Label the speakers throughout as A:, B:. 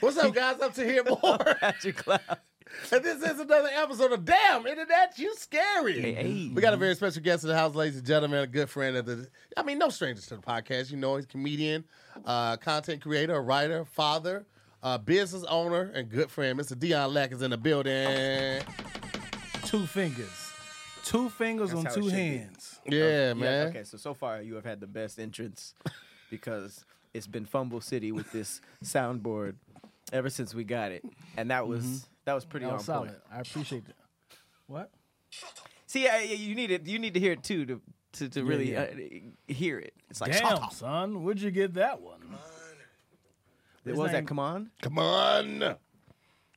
A: What's up, guys? Up to hear more.
B: Magic Cloud.
A: And this is another episode of Damn Internet, You Scary.
B: Hey, hey.
A: We got a very special guest in the house, ladies and gentlemen, a good friend of the, I mean, no strangers to the podcast. You know, he's a comedian, uh, content creator, writer, father, uh, business owner, and good friend. Mr. Dion Lack is in the building.
C: two fingers, two fingers
B: That's
C: on
B: how it
C: two
B: should be.
C: hands.
A: Yeah, man.
B: Okay, so so far you have had the best entrance because it's been Fumble City with this soundboard ever since we got it, and that was that was pretty
C: Mm-hmm. That
B: on
C: was solid.
B: point.
C: I appreciate that. What?
B: See, I, you need it. You need to hear it too to to, to really Uh, hear it. It's like
C: Damn, son, where'd you get that one?
B: what was that?
C: name-
B: Come on,
A: Come on.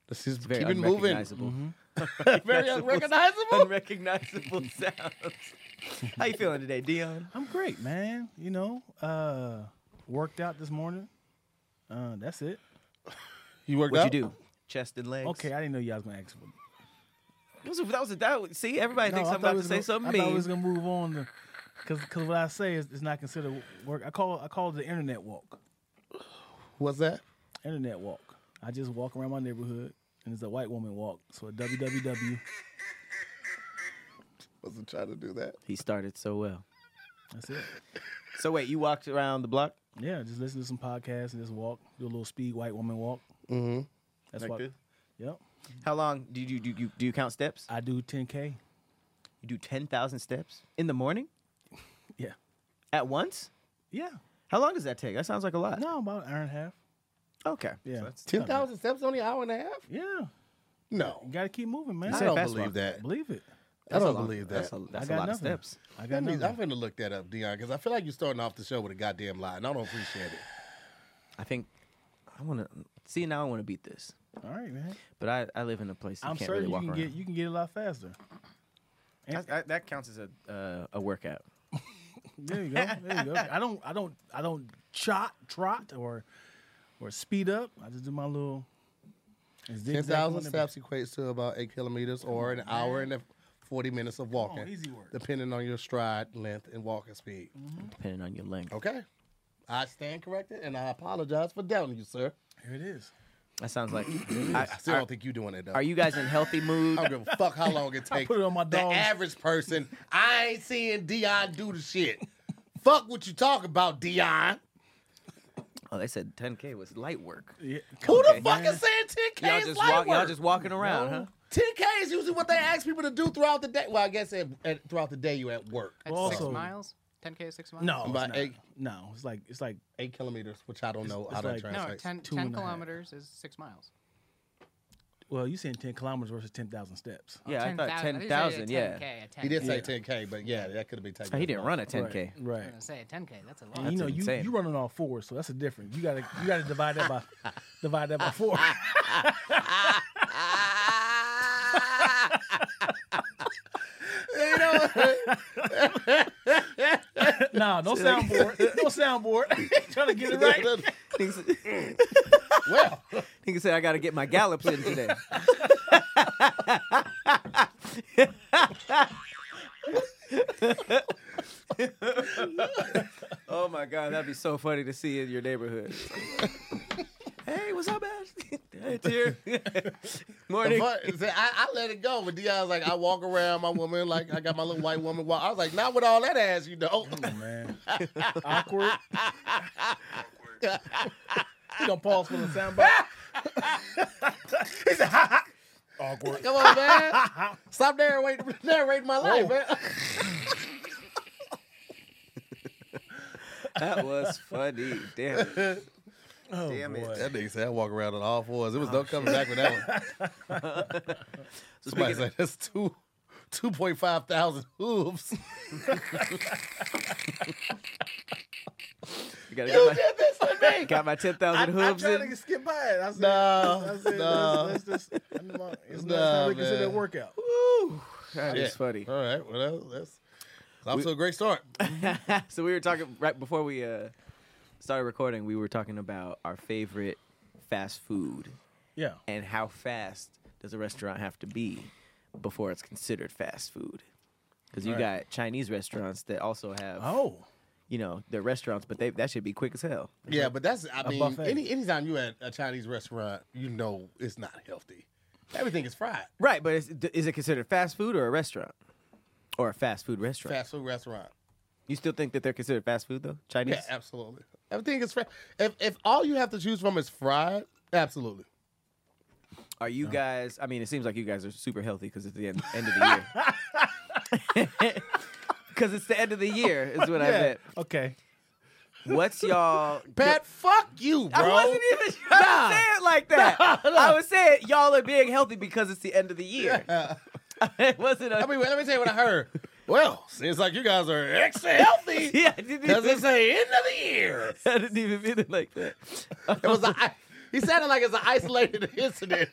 A: Let's just
B: very
A: keep it moving.
B: unrecognizable,
C: Mm-hmm.
A: Very unrecognizable.
B: unrecognizable sounds. How you feeling today, Dion?
C: I'm great, man. You know, uh, worked out this morning. Uh, that's it.
A: You worked
B: What'd
A: out?
B: you do? Chest and legs.
C: Okay, I didn't know y'all was gonna ask for.
B: That was, that was a doubt. See, everybody thinks I'm
C: thought
B: about
C: we
B: to
C: was
B: say
C: gonna-
B: something
C: I thought
B: mean.
C: we was gonna move on, to, cause 'cause what I say is, is not considered work. I call I call it the internet walk.
A: What's that?
C: Internet walk. I just walk around my neighborhood, and it's a white woman walk. So a www.
A: Wasn't trying to do that.
B: He started so well.
C: That's it.
B: So wait, you walked around the block?
C: Yeah, just listen to some podcasts and just walk. Do a little speed white woman walk. Mm-hmm. That's
B: Like
C: what.
B: this?
C: Yep.
B: How long do you do you do you count steps?
C: I do 10k.
B: You do ten thousand steps in the morning
C: Yeah.
B: at once.
C: Yeah.
B: How long does that take? That sounds like a lot.
C: No, about an hour and a half.
B: Okay.
C: Yeah.
A: 10,000 steps, only an hour and a half?
C: Yeah.
A: No.
C: You gotta keep moving, man.
A: I
B: said
A: don't
B: fast
A: believe
B: walk.
A: that.
C: Believe it.
A: I don't
B: a long-
A: believe that.
B: That's a, that's
C: I
B: a
C: got
B: lot
C: nothing.
B: of steps.
C: I
A: I
C: got
A: need-
C: nothing.
A: I'm finna look that up, Dion, because I feel like you're starting off the show with a goddamn lie, and I don't appreciate it.
B: I think I want to see now. I want to beat this,
C: All right, man.
B: but I, I live in a place you
C: I'm
B: can't
C: certain
B: really walk
C: you can
B: around.
C: get you can get a lot faster.
B: That- that, that counts as a uh, a workout.
C: There you go. There you go. I don't I don't I don't trot trot or or speed up. I just do my little. and zigzag
A: 10,000
C: on the-
A: steps equates to about eight kilometers or an hour and a 40 minutes of walking,
C: easy work.
A: depending on your stride length and walking speed.
B: Depending on your length,
A: Okay. I stand corrected, and I apologize for doubting you, sir.
C: Here it is.
B: that sounds like.
A: I,
B: I,
A: still don't think you're doing it, though.
B: are you guys in healthy mood?
A: I don't give a fuck how long it takes.
C: put it on my
A: The
C: dog's-
A: average person, I ain't seeing Dion do the shit. fuck what you talk about, Dion.
B: Oh, they said 10k was light work.
C: Yeah.
A: Who the
B: Okay.
A: fuck is saying 10K
B: Y'all
A: is
B: just
A: light
B: walk, y'all
A: work?
B: just walking around, huh?
A: 10K is usually what they ask people to do throughout the day. Well, I guess at, at, throughout the day you at work.
D: At
C: Well,
D: six
C: also-
D: miles? 10K is six miles?
C: No, it's
A: About
C: not.
A: eight-
C: no, it's like it's like
A: Eight kilometers, which I don't know
C: It's-
A: how
C: it's
A: that
C: like- No,
D: No,
A: translates.
D: 10,
C: two
D: 10
C: and a half.
D: kilometers is six miles.
C: well, you saying ten kilometers versus ten thousand steps.
B: Yeah, I thought
D: 10,000.
B: 10,000.
D: I
B: Yeah,
D: didn't say a 10K, a 10.
A: He did say 10K, but yeah, that could have been taken.
B: he didn't run a
C: Right,
B: 10k.
C: Right.
D: I was gonna say a 10K. That's a lot.
C: And you know, you,
B: insane.
C: you running all four, so that's a different. You gotta you gotta divide that by divide that by four.
A: You know,
C: nah, no soundboard, no soundboard. Trying to get it right.
B: Nigga
A: well,
B: said, I got to get my gallops in today. oh my God, that'd be so funny to see in your neighborhood. hey, what's up, Ash? hey, dear. Morning.
A: but, see, I, I let it go. But Dion's like, I walk around my woman, like I got my little white woman. Walk. I was like, not with all that ass, you know.
C: Man, awkward. you don't pause for the soundbite. awkward.
A: Come on, man. Stop narrating, narrating my life, man.
B: That was funny. Damn it.
C: Oh,
B: Damn it.
C: boy.
A: That nigga said I walk around on
B: Oh,
A: all fours. It was no coming back with that one. Somebody said that's too 2.5 thousand hooves.
B: You gotta
A: you
B: get
A: did this to me.
B: my, got my ten
C: I, I
B: thousand hooves
C: tried
B: in.
C: to skip by it. I said,
A: No,
C: I said
A: no.
C: let's, let's just, I know my- it's
A: No,
C: not really considered a
A: man.
C: workout.
B: That
A: Yeah.
B: is funny.
A: All right, well, that- that's, that's off to a great start.
B: so we were talking right before we uh, started recording. We were talking about our favorite fast food
C: Yeah.
B: and how fast does a restaurant have to be before it's considered fast food? Because you got Chinese restaurants that also have,
C: Oh,
B: you know, they're restaurants, but they that should be quick as hell.
A: Yeah, but that's I mean,
C: buffet.
A: any anytime you at a Chinese restaurant, you know it's not healthy. Everything is fried.
B: Right, but is, is it considered fast food or a restaurant? Or a fast food restaurant?
A: Fast food restaurant.
B: You still think that they're considered fast food though? Chinese?
A: Yeah, absolutely. Everything is fried. If if all you have to choose from is fried, absolutely.
B: Are you guys? I mean, it seems like you guys are super healthy because it's the end, end of the year. Because it's the end of the year, is what I
C: yeah.
B: meant.
C: Okay.
B: What's y'all?
A: Pat, fuck you, bro.
B: I wasn't even trying
A: Nah.
B: to say it like that. I was saying y'all are being healthy because it's the end of the year. it wasn't. A,
A: I mean, let me tell you what I heard. Well, seems like you guys are extra healthy
B: yeah, I didn't,
A: because
B: even,
A: it's the end of the year.
B: I didn't even mean it like that.
A: It was a, he sounded like it's an isolated incident.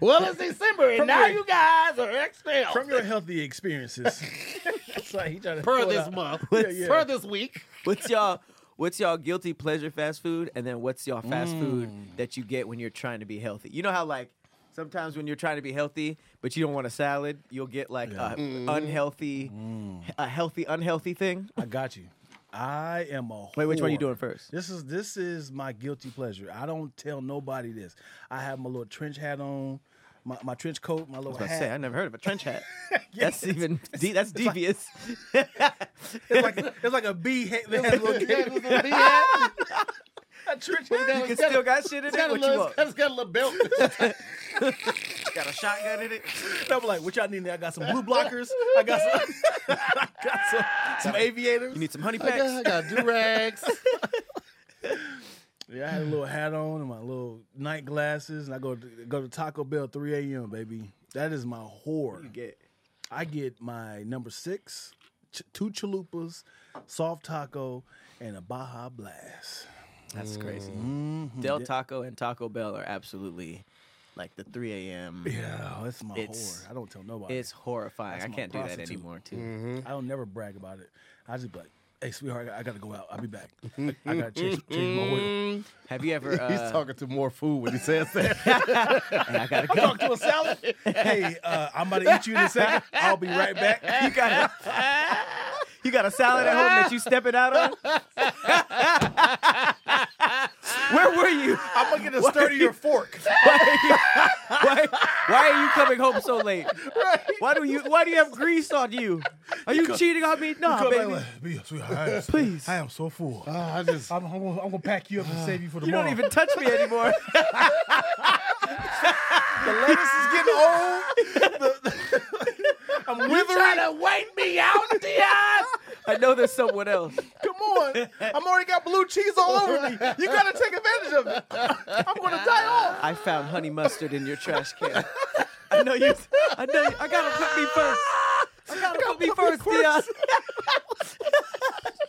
A: well, it's December, and now
C: your-
A: you guys are extra healthy.
C: From your healthy experiences. it's like he tried to
A: per
C: pull it
A: this
C: out.
A: month,
C: Yeah, yeah.
A: per this week.
B: What's y'all? What's y'all guilty pleasure fast food, and then what's y'all fast food that you get when you're trying to be healthy? You know how like sometimes when you're trying to be healthy, but you don't want a salad, you'll get like a
A: Mm.
B: unhealthy, a healthy unhealthy thing.
C: I got you. I am a
B: Wait, which one you
C: whore.
B: doing first?
C: This is this is my guilty pleasure. I don't tell nobody this. I have my little trench hat on, my, my trench coat, my
B: I
C: little
B: was about
C: hat.
B: to say I never heard of a trench hat. That's even de- that's devious.
C: It's like it's like a bee hat. that has a little a trench hat.
B: you can still got shit in
A: It's got
B: it.
A: a
B: What you
A: little,
B: want?
A: it's got- it's got a little belt.
B: Got a shotgun in it.
C: I'm like, what y'all need? I got some blue blockers. I got some. I got some, some aviators.
B: You need some honey
A: I got, I
B: packs.
A: got do rags.
C: Yeah, I had a little hat on and my little night glasses, and I go to, go to Taco Bell 3 a.m. baby. That is my whore.
B: Get
C: I get my number six, ch- two chalupas, soft taco, and a Baja Blast.
B: That's crazy. Del Taco and Taco Bell are absolutely like the 3 a.m.
C: Yeah, that's my
B: It's-
C: whore. I don't tell nobody.
B: It's horrifying. I
C: my
B: can't do that
C: prostitute.
B: anymore, too.
C: I don't never brag about it. I just be like, hey, sweetheart, I, got to go out. I'll be back. I got to change, change my oil.
B: Have you ever?
A: He's
B: Uh,
A: talking to more food when he says that.
B: I gotta go.
C: to a salad. hey, uh, I'm about to eat you in a second. I'll be right back.
B: You got a, you got a salad at home that you stepping out on. Where were you?
C: I'm going to get a sturdier fork.
B: Why are you, why, why are you coming home so late? Why do you Why do you have grease on you? Are you cheating on me? No,
C: Come back
B: baby.
C: like, "Be- sweetheart, I am so-
B: Please.
C: I am so full.
A: I just,
C: I'm, I'm, gonna- I'm gonna pack you up and save you for
B: Uh, You
C: tomorrow.
B: don't even touch me anymore.
C: the lettuce is getting old. I'm withering.
A: trying to wait me out, Dion.
B: I know there's someone else.
C: Come on, I'm already got blue cheese all over me. You gotta take advantage of it. I'm gonna die off.
B: I found honey mustard in your trash can. I know you. I know. You, I gotta put me first. I gotta put me first, Dion.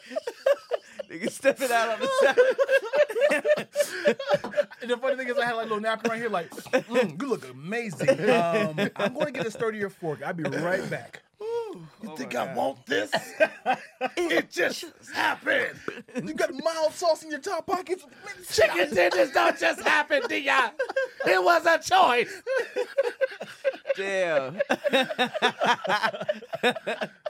B: Nigga stepping out on the side.
C: And the funny thing is, I had like a little napkin right here. Like, mm, you look amazing. Um, I'm gonna get a sturdier fork. I'll be right back.
A: You think I want this? it just happened.
C: You got mild sauce in your top pockets. Man, shit, I-
A: Chicken tenders don't just happen, Dion. It was a choice.
B: Damn.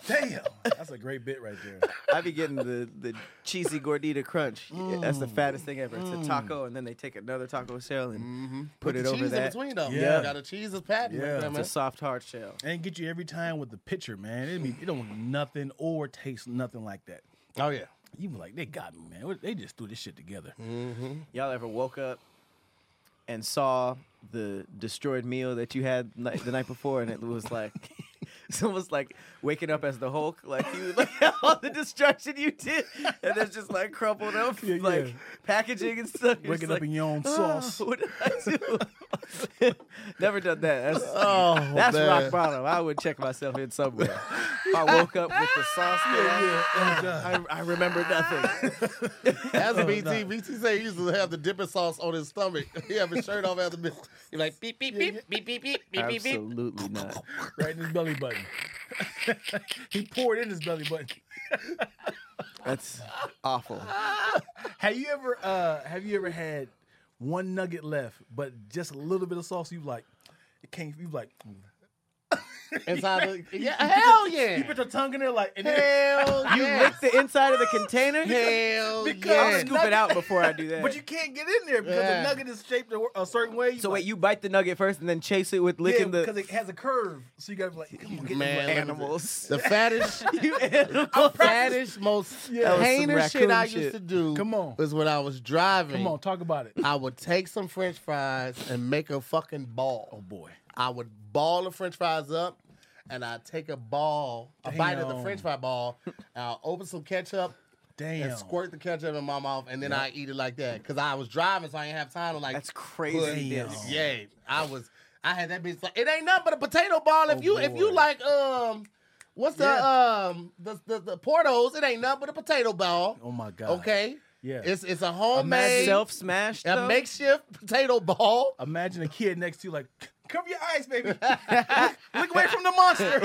C: Damn, that's a great bit right there.
B: I be getting the, the cheesy gordita crunch. That's the fattest thing ever. It's
C: Mm.
B: a taco, and then they take another taco shell and
C: Mm-hmm.
B: put it over
A: cheese in
B: that.
A: between them.
C: Yeah.
A: Yeah, got a cheese is patent.
C: Yeah.
A: Yeah,
C: It's
B: It's a soft hard shell.
C: And get you every time with the pitcher, man. It be it don't nothing or taste nothing like that.
A: oh yeah.
C: You be like, they got me, man. What- They just threw this shit together.
B: Y'all ever woke up and saw the destroyed meal that you had ni- the night before, and it was like It's almost like waking up as the Hulk. Like you look at all the destruction you did, and it's just like crumpled up,
C: Yeah,
B: like
C: yeah.
B: packaging and stuff. You're
C: Waking
B: just
C: up
B: like,
C: in your own sauce.
B: "Ah, what did I do?" Never done that. That's,
A: Oh,
B: that's
A: man.
B: rock bottom. I would check myself in somewhere. If I woke up with the sauce, man,
C: Oh,
B: I, I remember nothing.
A: As a BT, BT say he used to have the dipping sauce on his stomach. he have his shirt off after the He like beep beep beep beep beep beep beep beep beep.
B: Absolutely not.
C: right in his belly button. he poured in his belly button.
B: That's awful.
C: Have you ever uh have you ever had one nugget left, but just a little bit of sauce? You like it can't. You like
A: Inside the, yeah, hell
C: you
A: yeah.
C: put your tongue in there like and then,
A: Hell
B: You
A: yeah.
B: lick the inside of the container.
A: Hell
B: I'll
A: yeah.
C: Because-
B: scoop it out before I do that.
C: but you can't get in there because
A: Yeah.
C: the nugget is shaped a, a certain way.
B: So wait, you bite the nugget first and then chase it with licking
C: because
B: the
C: it has a curve, so you gotta be like, come on, get
A: Man,
C: this
A: let me-
B: animals.
A: The fattest,
B: you animals.
A: fattest, most
C: Yeah.
B: was some
A: heinous shit I
B: raccoon
A: used
B: shit.
A: to do.
C: Come on.
A: was when I was driving.
C: Come on, talk about it.
A: I would take some French fries and make a fucking ball. Oh boy. I would ball the French fries up and I take a ball, a bite of the
C: Damn.
A: French fry ball, and I'll open some ketchup
C: Damn.
A: and squirt the ketchup in my mouth and then I eat it like that. Cause I was driving, so I didn't have time to like
B: That's
A: put-
B: crazy.
C: Damn.
B: Dennis.
A: Yeah. I was I had that bitch like it ain't nothing but a potato ball if you if you
C: Oh, boy.
A: like um what's the
C: Yeah.
A: um the, the the Portos, it ain't nothing but a potato ball.
C: Oh my god.
A: Okay.
C: Yeah.
A: It's it's a
B: Imagine
A: homemade
B: self smashed.
A: a makeshift potato ball.
C: Imagine a kid next to you like, cover your eyes, baby. Look away from the monster.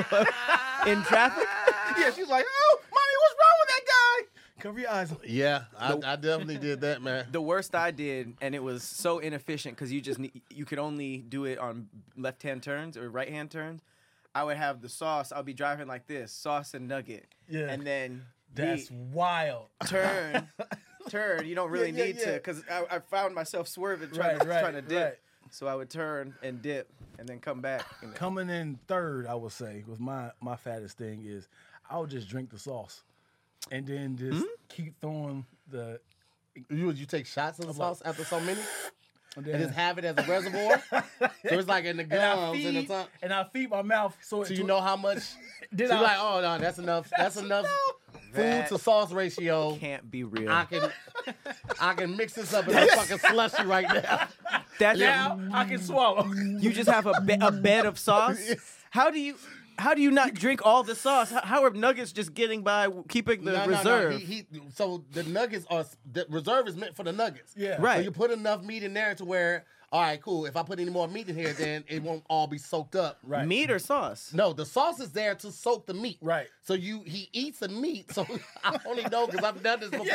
B: in traffic.
C: yeah, she's like, oh, mommy, what's wrong with that guy? Cover your eyes.
A: Yeah, I, I definitely did that, man.
B: The worst I did, and it was so inefficient because you just need, you could only do it on left hand turns or right hand turns. I would have the sauce. I'll be driving like this, sauce and nugget,
C: Yeah.
B: and then
C: That's
B: yeet.
C: wild.
B: turn, turn. You don't really
C: yeah,
B: need to
C: yeah.
B: because I, I found myself swerving trying,
C: Right,
B: to,
C: right,
B: trying to dip.
C: right.
B: So I would turn and dip and then come back. and-
C: Coming in third, I would say, with my my fattest thing is, I would just drink the sauce, and then
A: Hmm?
C: just keep throwing the.
A: You would you take shots of the sauce after so many,
C: And,
A: and
C: then,
A: just have it as a reservoir. so it's like in the
C: and I
A: gums and the
C: feed
A: tongue.
C: and I feed my mouth so
A: So
C: it
A: you know how much.
C: Did
A: so
C: I-
A: you're like, oh no, that's enough. That's, enough food
B: That
A: to sauce ratio.
B: can't be real.
A: I can, I can mix this up in a fucking slushy right now.
B: That's
C: now I can
A: Mm.
C: swallow.
B: you just have a, be- a bed of sauce. How do you how do you not drink all the sauce? How, how are nuggets just getting by w- keeping the
A: No, no,
B: reserve?
A: no. He, he, so the nuggets are the reserve is meant for the nuggets.
C: Yeah.
A: So
B: Right.
A: you put enough meat in there to where, all right, cool. If I put any more meat in here, then it won't all be soaked up. Right.
C: Right.
B: Meat or sauce?
A: No, the sauce is there to soak the meat.
C: Right.
A: So you he eats the meat. So I only know because I've done this before.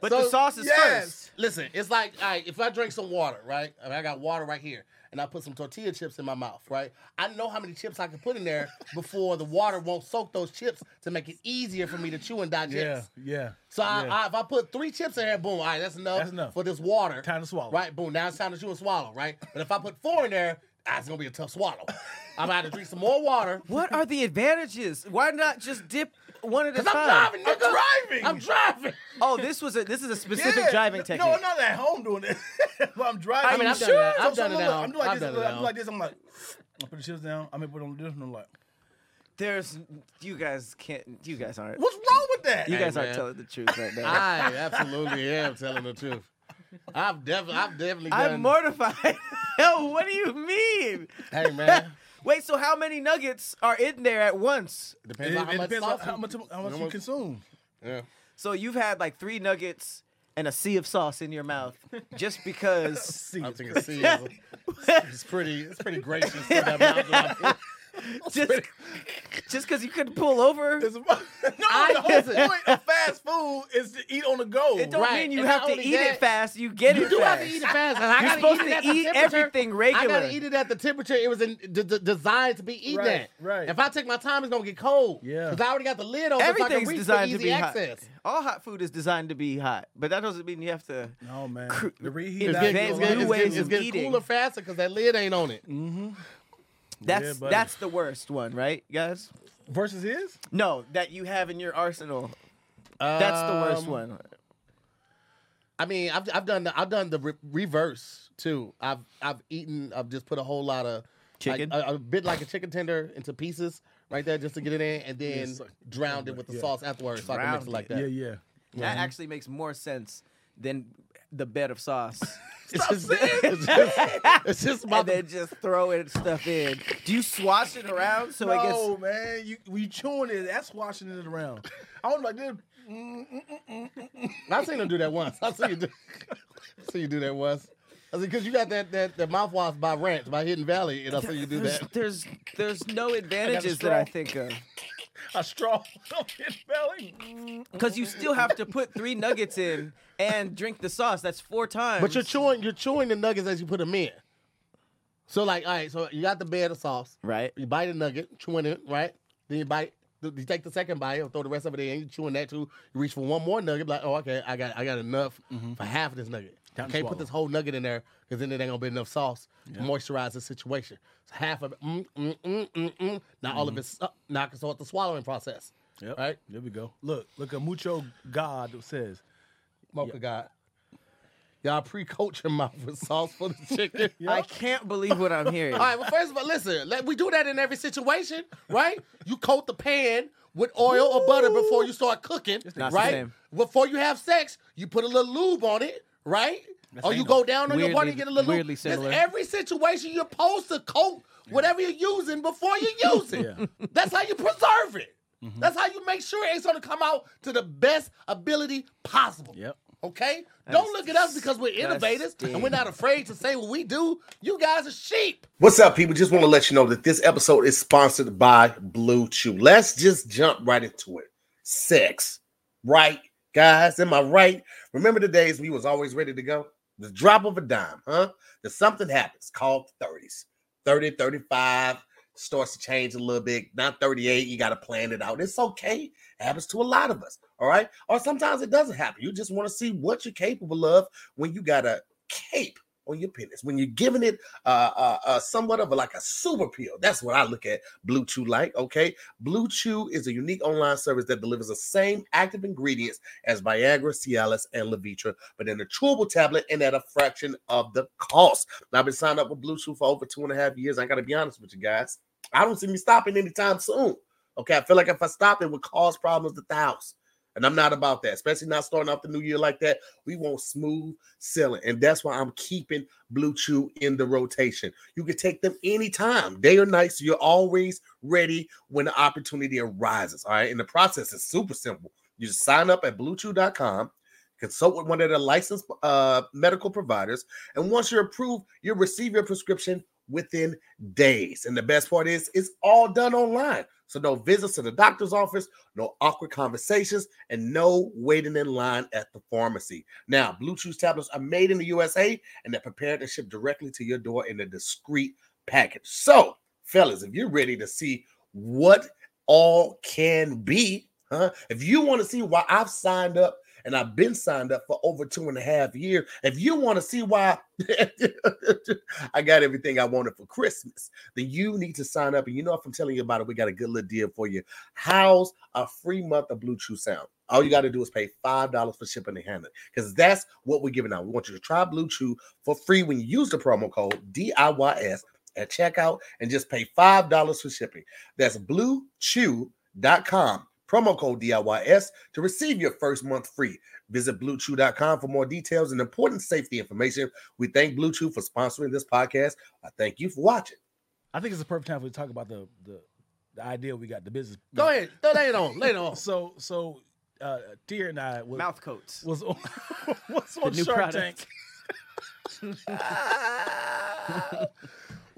B: But
A: So-
B: the sauce is
C: yes.
A: Listen, it's like all right, if I drink some water, right? I, mean, I got water right here, and I put some tortilla chips in my mouth, right? I know how many chips I can put in there before the water won't soak those chips to make it easier for me to chew and digest.
C: Yeah. Yeah.
A: So I,
C: yeah.
A: I, if I put three chips in here, boom, all right, that's enough,
C: That's enough.
A: for this water.
C: Time to swallow.
A: Right, boom, now it's time to chew and swallow, right? But if I put four in there, that's gonna be a tough swallow. I'm gonna have to drink some more water.
B: first. What are the advantages? Why not just dip one at a
A: Cause I'm
B: time?
A: driving, nigga.
C: driving.
A: I'm driving.
B: Oh, this was a this is a specific
C: Yeah.
B: driving
C: No,
B: technique.
C: No, I'm not at home doing it. But I'm driving.
A: I mean,
C: I'm
A: I've done it. I've
C: so
A: done it
C: I'm,
A: now.
C: I'm doing like
A: I've
C: this.
A: done it
C: I'm,
A: now.
C: like this. I'm like, I put the chips down. I'm gonna put on this, and I'm like,
B: There's you guys can't you guys aren't
C: what's wrong with that?
B: you
A: Hey,
B: guys aren't
A: man. Ah,
B: telling the truth right now.
A: I absolutely am telling the truth. I've definitely, I've definitely done.
B: I'm mortified. Hell, what do you mean?
A: Hey man,
B: Wait, so how many nuggets are in there at once?
C: It,
A: depends on how
C: it
A: much
C: depends on
A: sauce.
C: how
A: you-
C: much, how much
A: how
C: you
A: much-
C: consume.
A: Yeah.
B: So you've had like three nuggets and a sea of sauce in your mouth just because
A: I think it's C. is- It's pretty, it's pretty gracious for that mouth. drop.
B: just just because you couldn't pull over.
C: It's about, no, the whole point of fast food is to eat on the go.
B: It don't
A: right,
B: mean you
A: and
B: have
A: not
B: to
A: only
B: eat
A: that,
B: it fast. You get
A: You
B: it
A: do
B: fast.
A: have to eat it fast. and I
B: You're
A: gotta
B: supposed
A: eat it at
B: to
A: the
B: eat
A: temperature.
B: everything
A: I
B: regular.
A: gotta eat it at the temperature it was in, d- d- designed to be eaten
C: Right,
A: at.
C: right.
A: If I take my time, it's gonna get cold.
C: Yeah.
A: Because I already got the lid on. so I
B: Everything's
A: can reach
B: designed
A: for
B: to
A: easy
B: be
A: access.
B: hot. All hot food is designed to be hot, but that doesn't mean you have to.
C: no man,
B: Cr-
C: the reheat.
B: it's
C: value
B: getting- it's getting-
C: is
B: Mm.
C: like-
B: new ways
A: it's
B: of
A: getting
B: eating.
A: cooler faster because that lid ain't on it.
B: That's
C: buddy.
B: that's the worst one, right, guys?
C: versus his.
B: No, that you have in your arsenal. That's the worst
A: Um,
B: one.
A: I mean, I've I've done the, I've done the re- reverse too. I've I've eaten. I've just put a whole lot of like,
B: Chicken?
A: a, a bit like a chicken tender into pieces, right there just to get it in, and then
C: Yes, sir.
A: drowned it with the
C: Yeah.
A: sauce afterwards, so I can mix it
B: Drowned
A: like
B: it.
A: that.
C: Yeah, yeah.
B: That actually makes more sense than the bed of sauce.
A: It's just, it's just, it's just about
B: and
A: the
B: then just throwing stuff in. Do you swash it around so it gets?
C: no, man, you we chewing it. That's washing it around. I don't like this.
A: I've seen him do that once. I've seen you do, I've seen you do that once. I because you got that that, that mouthwash by Ranch by Hidden Valley, and I see you do
B: there's,
A: that.
B: there's there's no advantages that I
C: straw.
B: think of
C: A straw up in belly.
B: because you still have to put three nuggets in and drink the sauce. That's four times.
A: But you're chewing you're chewing the nuggets as you put them in. So like, all right, so you got the bed of sauce,
B: Right.
A: You bite a nugget, chewing it, right? Then you bite, you take the second bite, or throw the rest of it in. You chewing that too. You reach for one more nugget, like, oh, okay, I got, I got enough for half of this nugget. You
C: and
A: can't
C: swallow.
A: put this whole nugget in there because then it ain't gonna be enough sauce to moisturize the situation. So half of it, mm, mm, mm, mm, mm. Now all of it's up. Now I can start the swallowing process.
C: Yep.
A: Right?
C: There we go. Look, look at Mucho God says.
A: Mocha God. Y'all pre-coach your mouth with sauce for the chicken.
B: I can't believe what I'm hearing.
A: All right. Well, first of all, listen. Let, we do that in every situation, right? You coat the pan with oil or butter before you start cooking,
B: not the
A: right?
B: same.
A: Before you have sex, you put a little lube on it, right? or you
C: ain't
A: go
C: no-
A: down on your
B: Weirdly-
A: body and get a little.
B: weirdly
A: That's
B: similar.
A: every situation you're supposed to coat whatever you're using before you use it. That's how you preserve it.
B: Mm-hmm.
A: That's how you make sure it's going to come out to the best ability possible.
C: Yep.
A: Okay? Don't look at us because we're innovators and we're
B: disgusting.
A: not afraid to say what we do. You guys are sheep.
E: What's up, people? Just want to let you know that this episode is sponsored by Blue Chew. Let's just jump right into it. Sex, right, guys? Am I right? Remember the days we was always ready to go? The drop of a dime, huh? That something happens called 30s. 30, 35 starts to change a little bit. Not 38, you got to plan it out. It's okay. happens to a lot of us, all right? Or sometimes it doesn't happen. You just want to see what you're capable of when you got a cape on your penis, when you're giving it uh, uh, uh, somewhat of a, like a super pill. That's what I look at Blue Chew like. Okay, Blue Chew is a unique online service that delivers the same active ingredients as Viagra, Cialis, and Levitra, but in a chewable tablet and at a fraction of the cost. Now, I've been signed up with Blue Chew for over two and a half years. I got to be honest with you guys, I don't see me stopping anytime soon. Okay, I feel like if I stop, it would cause problems to thousands. And I'm not about that, especially not starting off the new year like that. We want smooth selling. And that's why I'm keeping Blue Chew in the rotation. You can take them anytime, day or night. So you're always ready when the opportunity arises. All right. And the process is super simple. You just sign up at bluechew.com, consult with one of the licensed uh, medical providers. And once you're approved, you'll receive your prescription within days. And the best part is, it's all done online. So no visits to the doctor's office, no awkward conversations, and no waiting in line at the pharmacy. Now, Blue Chew tablets are made in the USA and they're prepared to ship directly to your door in a discreet package. So, fellas, if you're ready to see what all can be, huh? If you want to see why I've signed up and I've been signed up for over two and a half years, if you want to see why I got everything I wanted for Christmas, then you need to sign up. And you know, if I'm telling you about it, we got a good little deal for you. How's a free month of Blue Chew Sound? All you got to do is pay $5 for shipping and handling because that's what we're giving out. We want you to try Blue Chew for free when you use the promo code DIYS at checkout and just pay $5 for shipping. That's bluechew.com, promo code DIYS to receive your first month free. Visit bluechew.com for more details and important safety information. We thank Blue Chew for sponsoring this podcast. I thank you for watching.
C: I think it's the perfect time for we to talk about the the, the idea we got, the business.
A: Go ahead. Throw that on. Lay it on.
C: So so uh Tier and I was
B: Mouth coats.
C: was on was on
B: new
C: Shark
B: product.
C: Tank.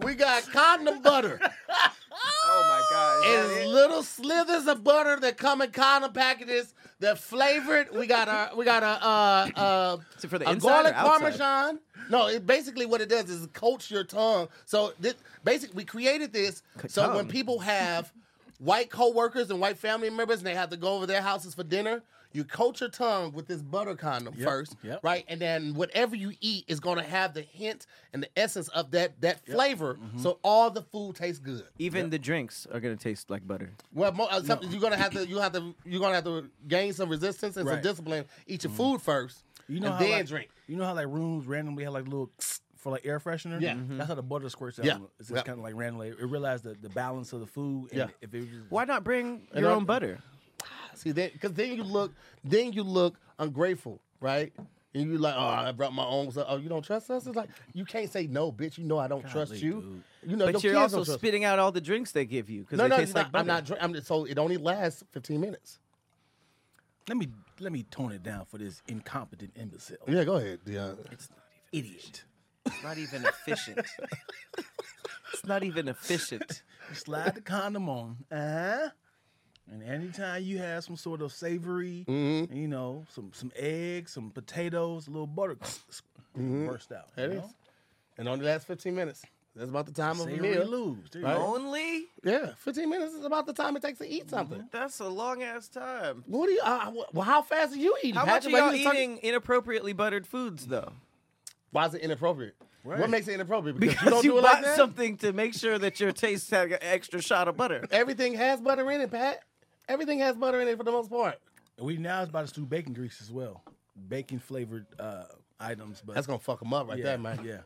A: We got condom butter.
B: oh my god. is that
A: It's
B: it?
A: little slithers of butter that come in condom packages. They're flavored. We got a we got a uh uh
B: Is it for the
A: a
B: inside or
A: garlic
B: outside?
A: parmesan. No, it basically what it does is it coats your tongue. So this, basically we created this so when
B: tongue.
A: people have white co-workers and white family members and they have to go over their houses for dinner, you coat your tongue with this butter condom first,
C: yep.
A: right? And then whatever you eat is going to have the hint and the essence of that that flavor.
C: Mm-hmm.
A: So all the food tastes good.
B: Even the drinks are gonna taste like butter.
A: Well, mo- uh, some, you're gonna have to you have to you're gonna have to gain some resistance and some
C: Right. Mm-hmm.
A: discipline. Eat your food first,
C: You know
A: and
C: how
A: then
C: like,
A: drink.
C: You know how like rooms randomly have like little for like air freshener.
A: Yeah.
C: that's how the butter squirts out.
A: Yeah.
C: It's just
A: Yeah.
C: kind of like randomly. It realized the, the balance of the food. And
A: Yeah.
C: if it was just,
B: Why not bring
A: And
B: your
A: I-
B: own butter?
A: See that because then you look, then you look ungrateful, right? And you like, oh, I brought my own. So, oh, you don't trust us? It's like you can't say no, bitch. You know I don't trust you. You know
B: But
A: your
B: you're
A: kids
B: also
A: don't trust.
B: spitting out all the drinks they give you because
A: No,
B: they
A: no,
B: taste
A: it's
B: like
A: not-
B: butter.
A: I'm not. dr- I'm just- so it only lasts 15 minutes.
C: let me let me tone it down for this incompetent imbecile,
A: Yeah, go ahead, Dion.
C: idiot.
B: It's not even efficient. it's not even efficient.
C: Slide the condom on, uh-huh. and anytime you have some sort of savory,
A: Mm-hmm.
C: you know, some some eggs, some potatoes, a little butter
A: Mm-hmm.
C: burst out.
A: It
C: you
A: is.
C: know?
A: And only lasts 15 minutes. That's about the time of a
C: Savory
A: meal.
C: lubes. There you
A: Right.
C: go.
B: Only?
A: Yeah, 15 minutes is about the time it takes to eat something.
B: That's a long ass time.
A: What do you? Uh, well, how fast are you eating?
B: How much are
A: Patrick?
B: y'all
A: Why you just talking-
B: eating inappropriately buttered foods though?
A: Why is it inappropriate? What
C: Right.
A: makes it inappropriate? Because,
B: Because
A: you don't
B: you,
A: do it
B: bought
A: like that.
B: something to make sure that your taste had an extra shot of butter.
A: Everything has butter in it, Pat. Everything has butter in it for the most part.
C: And we now is about to do bacon grease as well, bacon flavored uh, items. But
A: That's gonna fuck them up right
C: yeah,
A: there, man.
C: Yeah,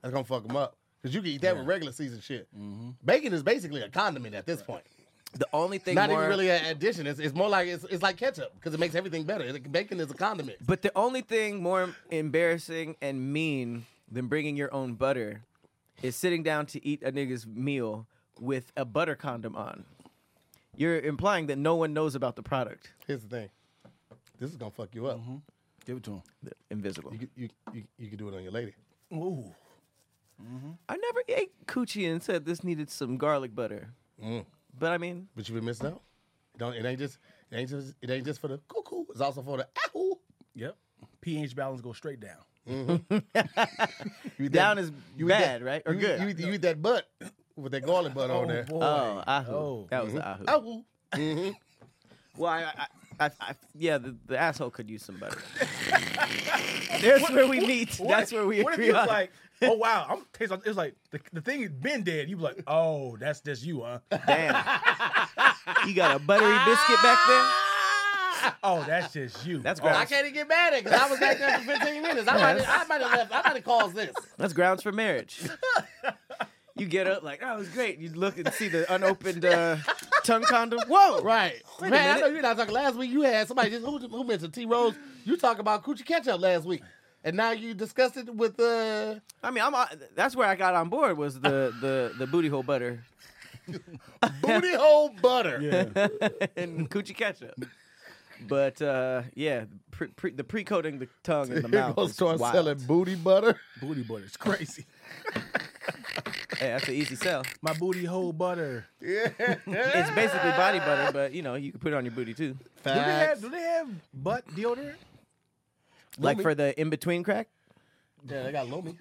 A: That's gonna fuck them up because you can eat that with regular season shit. Bacon is basically a condiment at this point.
B: The only thing
A: Not
B: more
A: even really an addition. It's, it's more like it's, it's like ketchup because it makes everything better. It- Bacon is a condiment.
B: But the only thing more embarrassing and mean than bringing your own butter is sitting down to eat a nigga's meal with a butter condom on. You're implying that no one knows about the product.
A: Here's the thing. This is gonna fuck you up.
C: give it to him.
B: The Invisible.
A: You, can- you you you can do it on your lady.
C: Ooh,
B: I never ate coochie and said this needed some garlic butter.
A: Mm.
B: But I mean,
A: But you've been missing out. It Don't it ain't just it ain't just it ain't just for the cuckoo. It's also for the ahoo.
C: yep. pH balance goes straight down.
A: You eat
B: Down is
A: eat
B: bad,
A: that-
B: right? Or
A: you, eat-
B: good.
A: You eat, you eat that butt with that garlic butter on there.
C: boy.
B: oh, ahu.
C: Oh.
B: That was the ahu.
A: Ahoo.
B: Well, I, I, I, I yeah, the, the asshole could use some butter. There's where we meet. That's where we
C: What if
B: agree
C: you was
B: on.
C: like, oh wow, I'm taste. It's like the, the thing has been dead. You be like, oh, that's just you, huh?
B: Damn. you got a buttery biscuit back there?
A: Ah!
C: Oh, that's just you.
B: That's
C: oh,
A: I
B: grounds.
A: can't even get mad at because I was back there for 15 minutes. I might have I might have left. I might have caused this.
B: That's grounds for marriage. you get up like, that was great. You look and see the unopened uh, tongue condom. Whoa!
A: Right. Man, I
B: minute.
A: know you're not talking. Last week you had somebody just who, who mentioned T Rose. You talk about coochie ketchup last week. And now you discussed it with uh
B: I mean, I'm. uh, That's where I got on board was the the the booty hole butter
A: booty hole butter.
C: yeah.
B: and coochie ketchup. But uh, yeah, pre, pre, the pre-coating the tongue in the
A: Here
B: mouth
A: goes
B: is
A: start
B: wild.
A: selling booty butter.
C: booty butter. It's crazy.
B: Hey, that's an easy sell.
C: My booty hole butter.
B: It's basically body butter, but you know you can put it on your booty too,
C: Do they have? Do they have butt deodorant?
B: like for the in between crack.
A: Yeah, they got Lumi.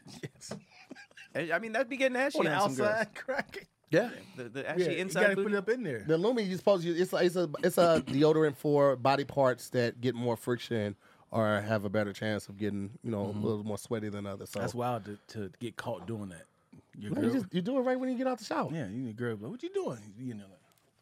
B: I I mean, that'd be getting ashy
C: On
B: on,
C: the
B: some girls.
C: outside, crack it.
A: Yeah.
B: The, the actually
C: you
B: inside
C: gotta
B: booty.
C: put it up in there.
A: The Lumi you supposed to use it's a, it's a it's a deodorant for body parts that get more friction or have a better chance of getting, you know, a little more sweaty than others. So
C: That's wild to, to get caught doing that. Your
A: No,
C: girl,
A: you, just, you do it right when you get out the shower.
C: yeah, you need a girl. But what you doing? You know,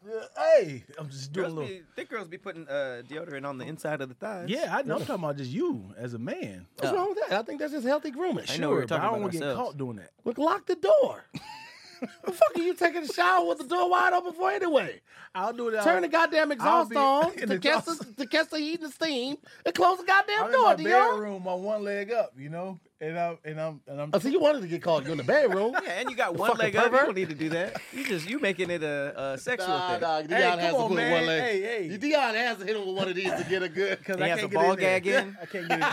C: like, "Yeah, hey, I'm just doing
B: Girls
C: a little.
B: be, thick girls be putting uh, deodorant on the inside of the thighs.
C: yeah, I know. I'm talking about just you as a man.
A: What's wrong with that? I think that's just healthy grooming.
B: I know we were
C: but I
B: talking
C: don't
B: about
C: wanna get
B: ourselves.
C: caught doing that.
A: Look, lock the door. the fuck are you taking a shower with the door wide open for anyway?
C: I'll do that.
A: Turn the goddamn exhaust
C: be
A: on
C: in
A: to
C: the
A: catch the,
C: closet.
A: to catch the heat and steam and close the goddamn
C: I'm in
A: door,
C: my
A: Dion.
C: bedroom on one leg up, you know, and I'm and I'm and I'm.
A: Oh, so you wanted to get called. You in the bedroom.
B: Yeah, and you got one
A: fucking
B: leg up. You
A: pervert.
B: don't need to do that. You just you making it a, a sexual thing.
A: Dion
C: come on, man. Hey, hey.
A: Dion has to hit him with one of these to get a good. Cause
B: He has a ball gag in.
C: I can't get it.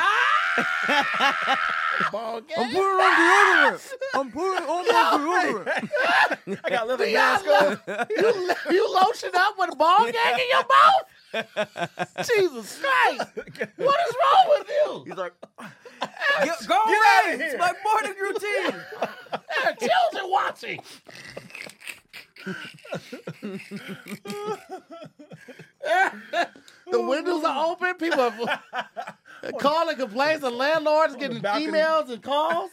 A: ball
B: I'm
A: gag.
B: putting on deodorant. I'm putting on my deodorant.
C: I got leather
A: Dion,
C: mask on.
A: you, you lotion up with a ball gag in your mouth? Jesus Christ. What is wrong with you?
B: He's like, "Get- go away. It's my morning routine.
A: There are children watching. the windows are open. People are calling complaints. The landlord's getting
C: balcony.
A: emails and calls.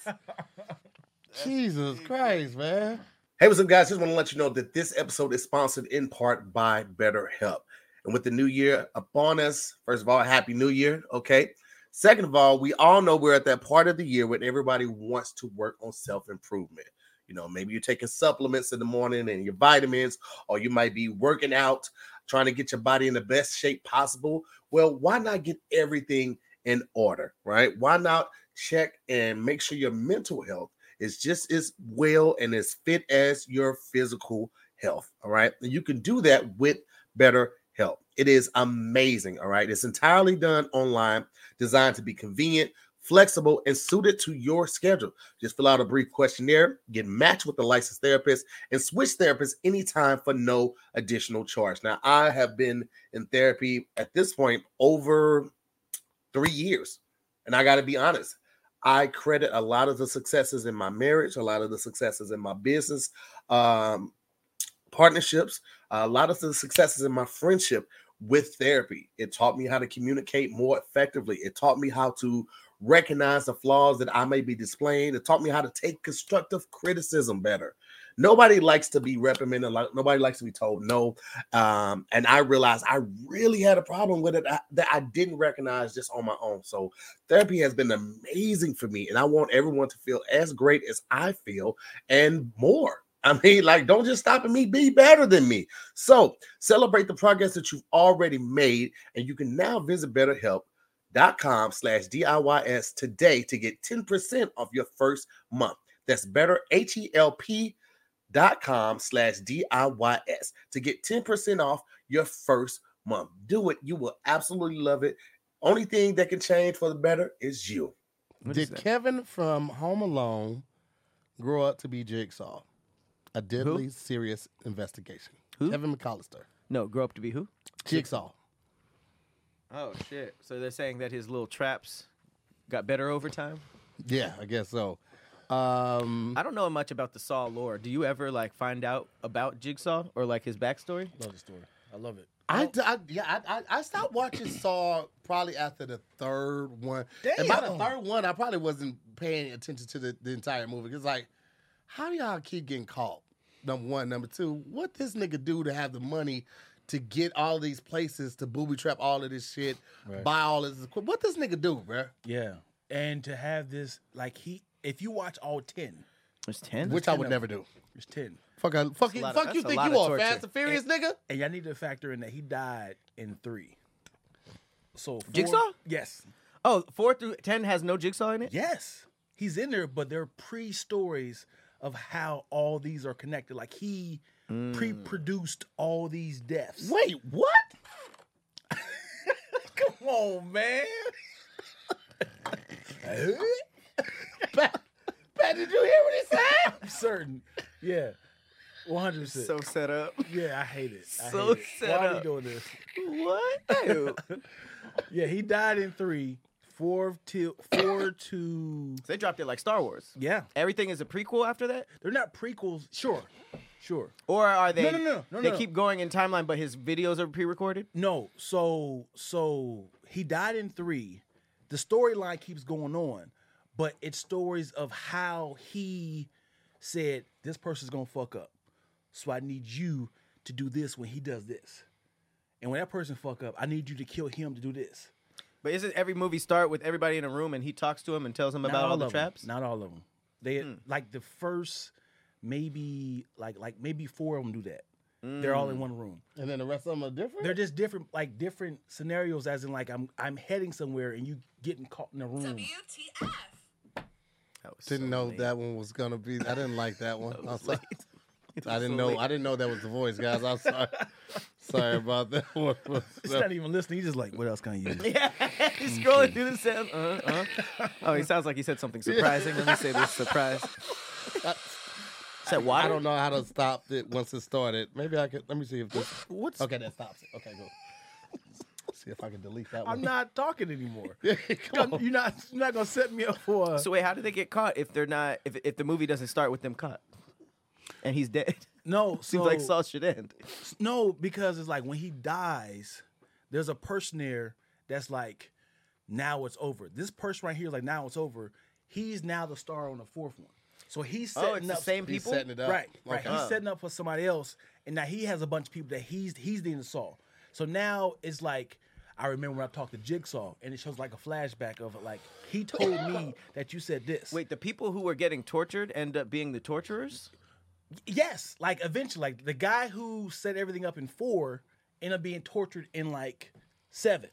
A: Jesus Christ, man.
E: Hey, what's up, guys? Just want to let you know that this episode is sponsored in part by BetterHelp. And with the new year upon us, first of all, Happy New Year, okay? Second of all, we all know we're at that part of the year when everybody wants to work on self improvement. You know, maybe you're taking supplements in the morning and your vitamins, or you might be working out, trying to get your body in the best shape possible. Well, why not get everything in order, right? Why not check and make sure your mental health is just as well and as fit as your physical health, all right? And you can do that with better help. It is amazing, all right? It's entirely done online, designed to be convenient, flexible, and suited to your schedule. Just fill out a brief questionnaire, get matched with a licensed therapist, and switch therapists anytime for no additional charge. Now, I have been in therapy at this point over three years. And I got to be honest, I credit a lot of the successes in my marriage, a lot of the successes in my business um, partnerships, a lot of the successes in my friendship with therapy. It taught me how to communicate more effectively. It taught me how to recognize the flaws that I may be displaying. It taught me how to take constructive criticism better. Nobody likes to be reprimanded. Like nobody likes to be told no. Um, and I realized I really had a problem with it that, that I didn't recognize just on my own. So therapy has been amazing for me, and I want everyone to feel as great as I feel and more. I mean, like, don't just stop at me, be better than me. So celebrate the progress that you've already made, and you can now visit betterhelp.com slash DIYS today to get 10% off your first month. That's better H E L P dot com slash DIYS to get 10% off your first month. Do it. You will absolutely love it. Only thing that can change for the better is you.
B: is
A: Did
B: that?
A: Kevin from Home Alone grow up to be Jigsaw? A deadly serious investigation.
B: Who?
A: Kevin McAllister.
B: No, grow up to be who?
A: Jigsaw.
B: Oh shit! So they're saying that his little traps got better over time.
A: Yeah, I guess so. Um,
B: I don't know much about the Saw lore. Do you ever like find out about Jigsaw or like his backstory?
C: Love the story. I love it.
B: Oh.
A: I, d- I- yeah I, I, I stopped watching Saw probably after the third one. And by the
C: Damn.
A: third one, I probably wasn't paying attention to the, the entire movie. It's like, how do y'all keep getting caught? Number one, number two, what this nigga do to have the money to get all these places to booby trap all of this shit,
C: Right.
A: buy all of this equipment? What this nigga do, bruh?
C: Yeah. And to have this, like he, if you watch all ten,
B: There's ten.
A: Which I
C: ten
A: would
C: of
A: never do.
C: there's ten,
A: Fuck, I, fuck, you,
B: lot of-
A: fuck
B: that's
A: you
B: a
A: think
B: lot
A: you
B: of
A: are
B: torture.
A: Fast and Furious, nigga?
C: and y'all need to factor in that he died in three. So four,
B: Jigsaw?
C: Yes,
B: Oh, four through ten has no Jigsaw in it.
C: yes, he's in there, but there are pre-stories of how all these are connected. Like he pre-produced all these deaths.
A: Wait, what?
C: Come on, man.
A: Pat, Pat, did you hear what he said?
C: I'm certain. Yeah, one hundred percent.
B: So set up.
C: Yeah, I hate it. I
B: So
C: hate it.
B: set
C: Why are
B: up.
C: we doing this?
B: What?
C: Yeah, he died in three, four till four to
B: they dropped it like Star Wars.
C: yeah.
B: Everything is a prequel after that,
C: They're not prequels. Sure, sure.
B: or are they?
C: no, no, no,
B: They
C: no.
B: keep going in timeline, but his videos are pre-recorded.
C: No, so so he died in three. The storyline keeps going on, but it's stories of how he said this person's gonna fuck up, so I need you to do this when he does this, and when that person fuck up, I need you to kill him to do this.
B: But isn't every movie start with everybody in a room and he talks to him and tells him about all the
C: of 'em.
B: traps? Hmm.
C: Not all of them. They like the first maybe like like maybe four of them do that. They're all in
B: Hmm.
C: one room.
A: And then the rest of them are different?
C: They're just different like different scenarios as in like I'm I'm heading somewhere and you getting caught in a room.
F: WTF?
B: That was
A: Didn't
B: so
A: know
B: lame.
A: that one was gonna be. I didn't like that one. I'm sorry. I didn't
B: so
A: know.
B: late.
A: I didn't know that was the voice, guys. I'm sorry. sorry about that one.
C: He's not even listening. He's just like, what else can I use?
B: Yeah, he's scrolling through the sound. Uh, uh. Oh, he sounds like he said something surprising. Let me say this surprise. Is that water?
A: I don't know how to stop it once it started. Maybe I could. Let me see if this.
C: What's
A: Okay, that stops it. Okay, go. See if I can delete that
C: I'm
A: one.
C: not talking anymore.
A: Come on.
C: You're not you're not gonna set me up for
B: So wait, how do they get caught if they're not? If if the movie doesn't start with them caught, and he's dead.
C: no
B: Seems like Saul should end.
C: No, because it's like when he dies, there's a person there that's like, now it's over. This person right here is like, now it's over. He's now the star on the fourth one. So he's setting
B: Oh, it's the
C: up
B: same
A: He's
B: people.
A: setting it up. uh,
C: Right, right.
A: Okay.
C: He's setting up for somebody else, and now he has a bunch of people that he's he's the end of Saul. So now it's like, I remember when I talked to Jigsaw, and it shows like a flashback of it. Like he told me that you said this.
B: Wait, the people who were getting tortured end up being the torturers?
C: yes, like eventually, like the guy who set everything up in four ended up being tortured in like seven.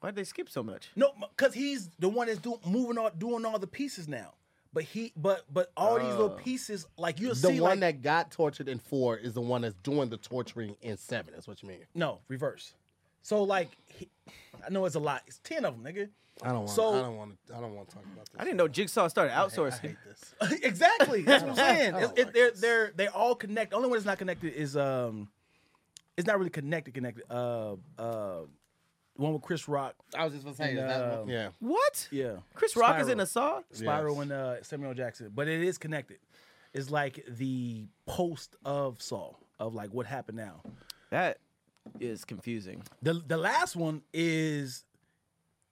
B: Why'd they skip so much?
C: No, because he's the one that's doing moving all doing all the pieces now. But he, but but all these little pieces, like you'll
A: Oh. The
C: see,
A: one that
C: like,
A: got tortured in four is the one that's doing the torturing in seven. That's what you mean.
C: No, reverse. So like, he, I know it's a lot. It's ten of them, nigga.
A: I don't want.
C: So-
A: I don't want. to. I don't want to talk about this.
B: I didn't know Jigsaw started outsourcing.
A: hate this.
C: exactly. That's what I'm saying.
A: I
C: It's-
A: don't
C: it-
A: like
C: they're they're they all connect. The only one that's not connected is um, it's not really connected. Connected. Uh, uh, the one with Chris Rock.
A: I was just gonna say that. One. Yeah.
B: What?
C: Yeah.
B: Chris Rock is in
C: Spiral.
B: a Saw?
C: Spiral
A: Yes.
C: and uh, Samuel L. Jackson, but it is connected. It's like the post of Saul of like what happened now.
B: That is confusing.
C: The the last one is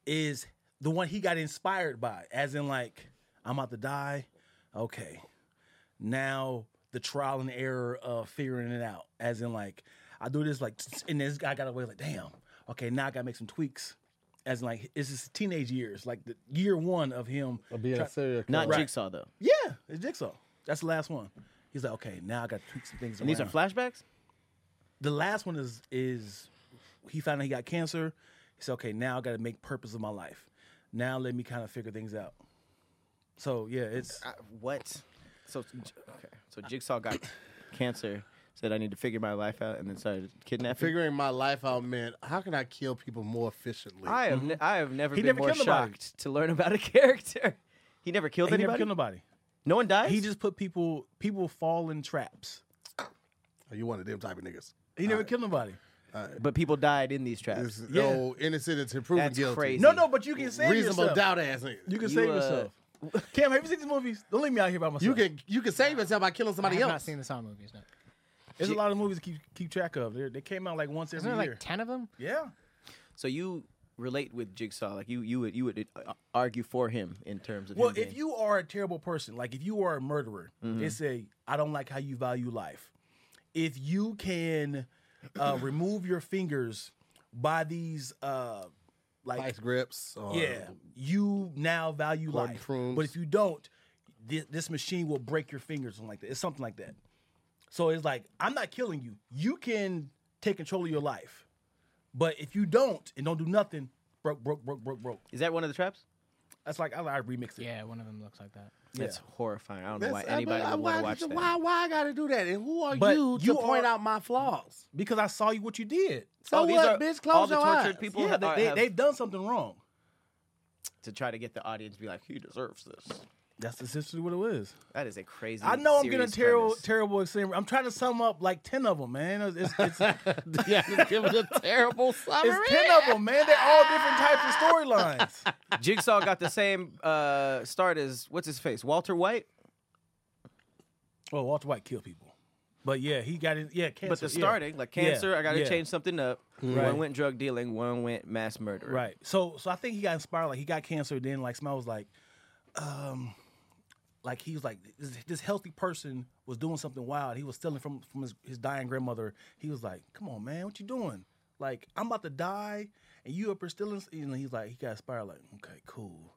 C: is the one he got inspired by, as in like I'm about to die. Okay, now the trial and error of figuring it out, as in like I do this like, and this guy got away like damn. Okay, now I gotta make some tweaks, as in like it's his teenage years, like the year one of him.
A: Being
C: try-
A: a serial
B: Not
A: killer.
B: Jigsaw though.
C: yeah, it's Jigsaw. That's the last one. He's like, okay, now I gotta tweak some things.
B: And these are
C: around."
B: flashbacks?
C: the last one is is he found out he got cancer. He said, okay, now I got to make purpose of my life. Now let me kind of figure things out. So yeah, it's
B: I, Uh, what? So okay. So Jigsaw got cancer. Said I need to figure my life out, and then started kidnapping.
A: Figuring my life out meant how can I kill people more efficiently?
B: I have ne- I have never
C: He
B: been
C: never
B: more
C: killed nobody.
B: shocked to learn about a character. He never killed
C: he
B: anybody.
C: never killed nobody.
B: no one dies.
C: He just put people people fall in traps.
A: Are you one of them type of niggas?
C: He never killed nobody.
B: but people died in these
A: This
B: traps.
A: is
C: Yeah.
A: no innocent until proven
B: That's
A: guilty.
B: crazy.
C: No, no, but you can save
A: Reasonable
C: yourself.
A: doubt ass niggas.
C: You can
B: You,
C: save
B: uh,
C: yourself. Cam, have you seen these movies? Don't leave me out here by myself.
A: You can you can save yourself by killing
D: I
A: somebody
D: have
A: else.
D: not seen the Saw movies. No.
C: There's a lot of movies to keep keep track of. They're, they came out like once every
D: Isn't there
C: year.
D: like ten of them?
C: yeah.
B: So you relate with Jigsaw, like you you would you would uh, argue for him in terms of.
C: Well,
B: him
C: if
B: being-
C: you are a terrible person, like if you are a murderer, they say, I don't like how you value life. If you can uh, remove your fingers by these, uh, like,
A: Vice grips. Or
C: yeah, you now value
A: Gordon
C: life.
A: Prunes.
C: But if you don't, thi- this machine will break your fingers, something like that. It's something like that. So it's like, I'm not killing you. You can take control of your life. But if you don't and don't do nothing, broke, broke, broke, broke, broke.
B: is that one of the traps?
C: That's like, I, I remixed it.
D: Yeah, one of them looks like that.
B: That's horrifying. I don't know
A: That's-
B: why
A: I mean,
B: anybody
A: I-
B: would want
A: why
B: to
A: did
B: watch
A: you-
B: that.
A: Why why I got to do that? And who are
C: But
A: you, to
C: you
A: point
C: are-
A: out my flaws?
C: Because I saw you what you did.
A: So
B: Oh, these
A: what,
B: are
A: bitch?
B: all
A: Close
B: the
A: your
B: tortured
A: eyes.
B: people
C: Yeah,
B: ha-
C: they,
B: are-
C: they,
B: have-
C: they've done something wrong.
B: to try to get the audience to be like, he deserves this.
C: That's essentially what it was.
B: That is a crazy.
C: I know I'm getting a
B: serious
C: terrible,
B: premise.
C: terrible example. I'm trying to sum up like ten of them, man. It's, it's, it's,
A: yeah, just give it a terrible summary.
C: it's ten of them, man. They're all different types of storylines.
B: Jigsaw got the same uh, start as what's his face, Walter White.
C: Well, Walter White killed people, but yeah, he got his yeah cancer.
B: But the
C: yeah.
B: starting, like
C: Yeah,
B: cancer, I got to
C: yeah. Mm-hmm.
B: change something up.
C: Right.
B: One went drug dealing, one went mass murder.
C: Right. So so I think he got inspired. Like he got cancer. Then like Smell was like, um, like he was like this, this healthy person was doing something wild. He was stealing from from his, his dying grandmother. He was like, come on, man, what you doing? Like I'm about to die, and you up here stealing. And he's like, he got inspired. Like okay, cool.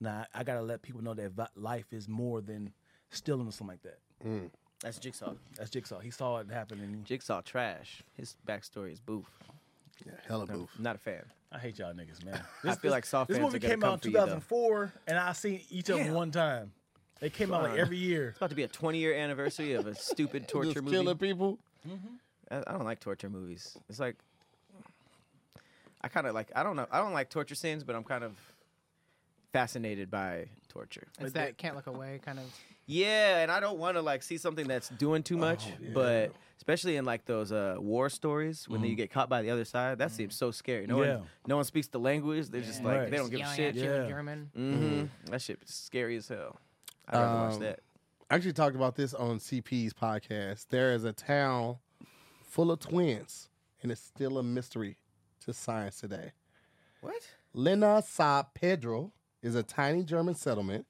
C: Now I gotta let people know that vi- life is more than stealing or something like that.
B: That's Jigsaw.
C: That's Jigsaw. He saw it happen, and
B: Jigsaw trash. His backstory is boof.
A: Hella boof.
B: I'm not a fan.
C: I hate y'all niggas, man.
B: I feel like Saw
C: This
B: fans
C: movie
B: are gonna
C: came
B: come
C: out
B: for
C: in
B: you, though.
C: 2004, and I seen each of them one time. They came out like every year.
B: It's about to be a 20 year anniversary of a stupid torture
A: Just
B: movie.
A: killing people.
B: I, I don't like torture movies. It's like I kind of like. I don't know. I don't like torture scenes, but I'm kind of fascinated by torture.
D: It's that can't look away kind of.
B: Yeah, and I don't want to like see something that's doing too much, but especially in like those uh, war stories when you get caught by the other side, that seems so scary. No
C: Yeah.
B: one, no one speaks the language. They're just
D: Mm. Yeah.
B: like
C: Right.
B: they don't give a
D: yelling
B: shit.
D: At you in
C: Yeah.
D: German.
B: hmm That shit is scary as hell. I'd rather watch
A: Um,
B: that.
A: I actually talked about this on CP's podcast. There is a town full of twins, and it's still a mystery to science today.
B: What?
A: Lena Sa Pedro is a tiny German settlement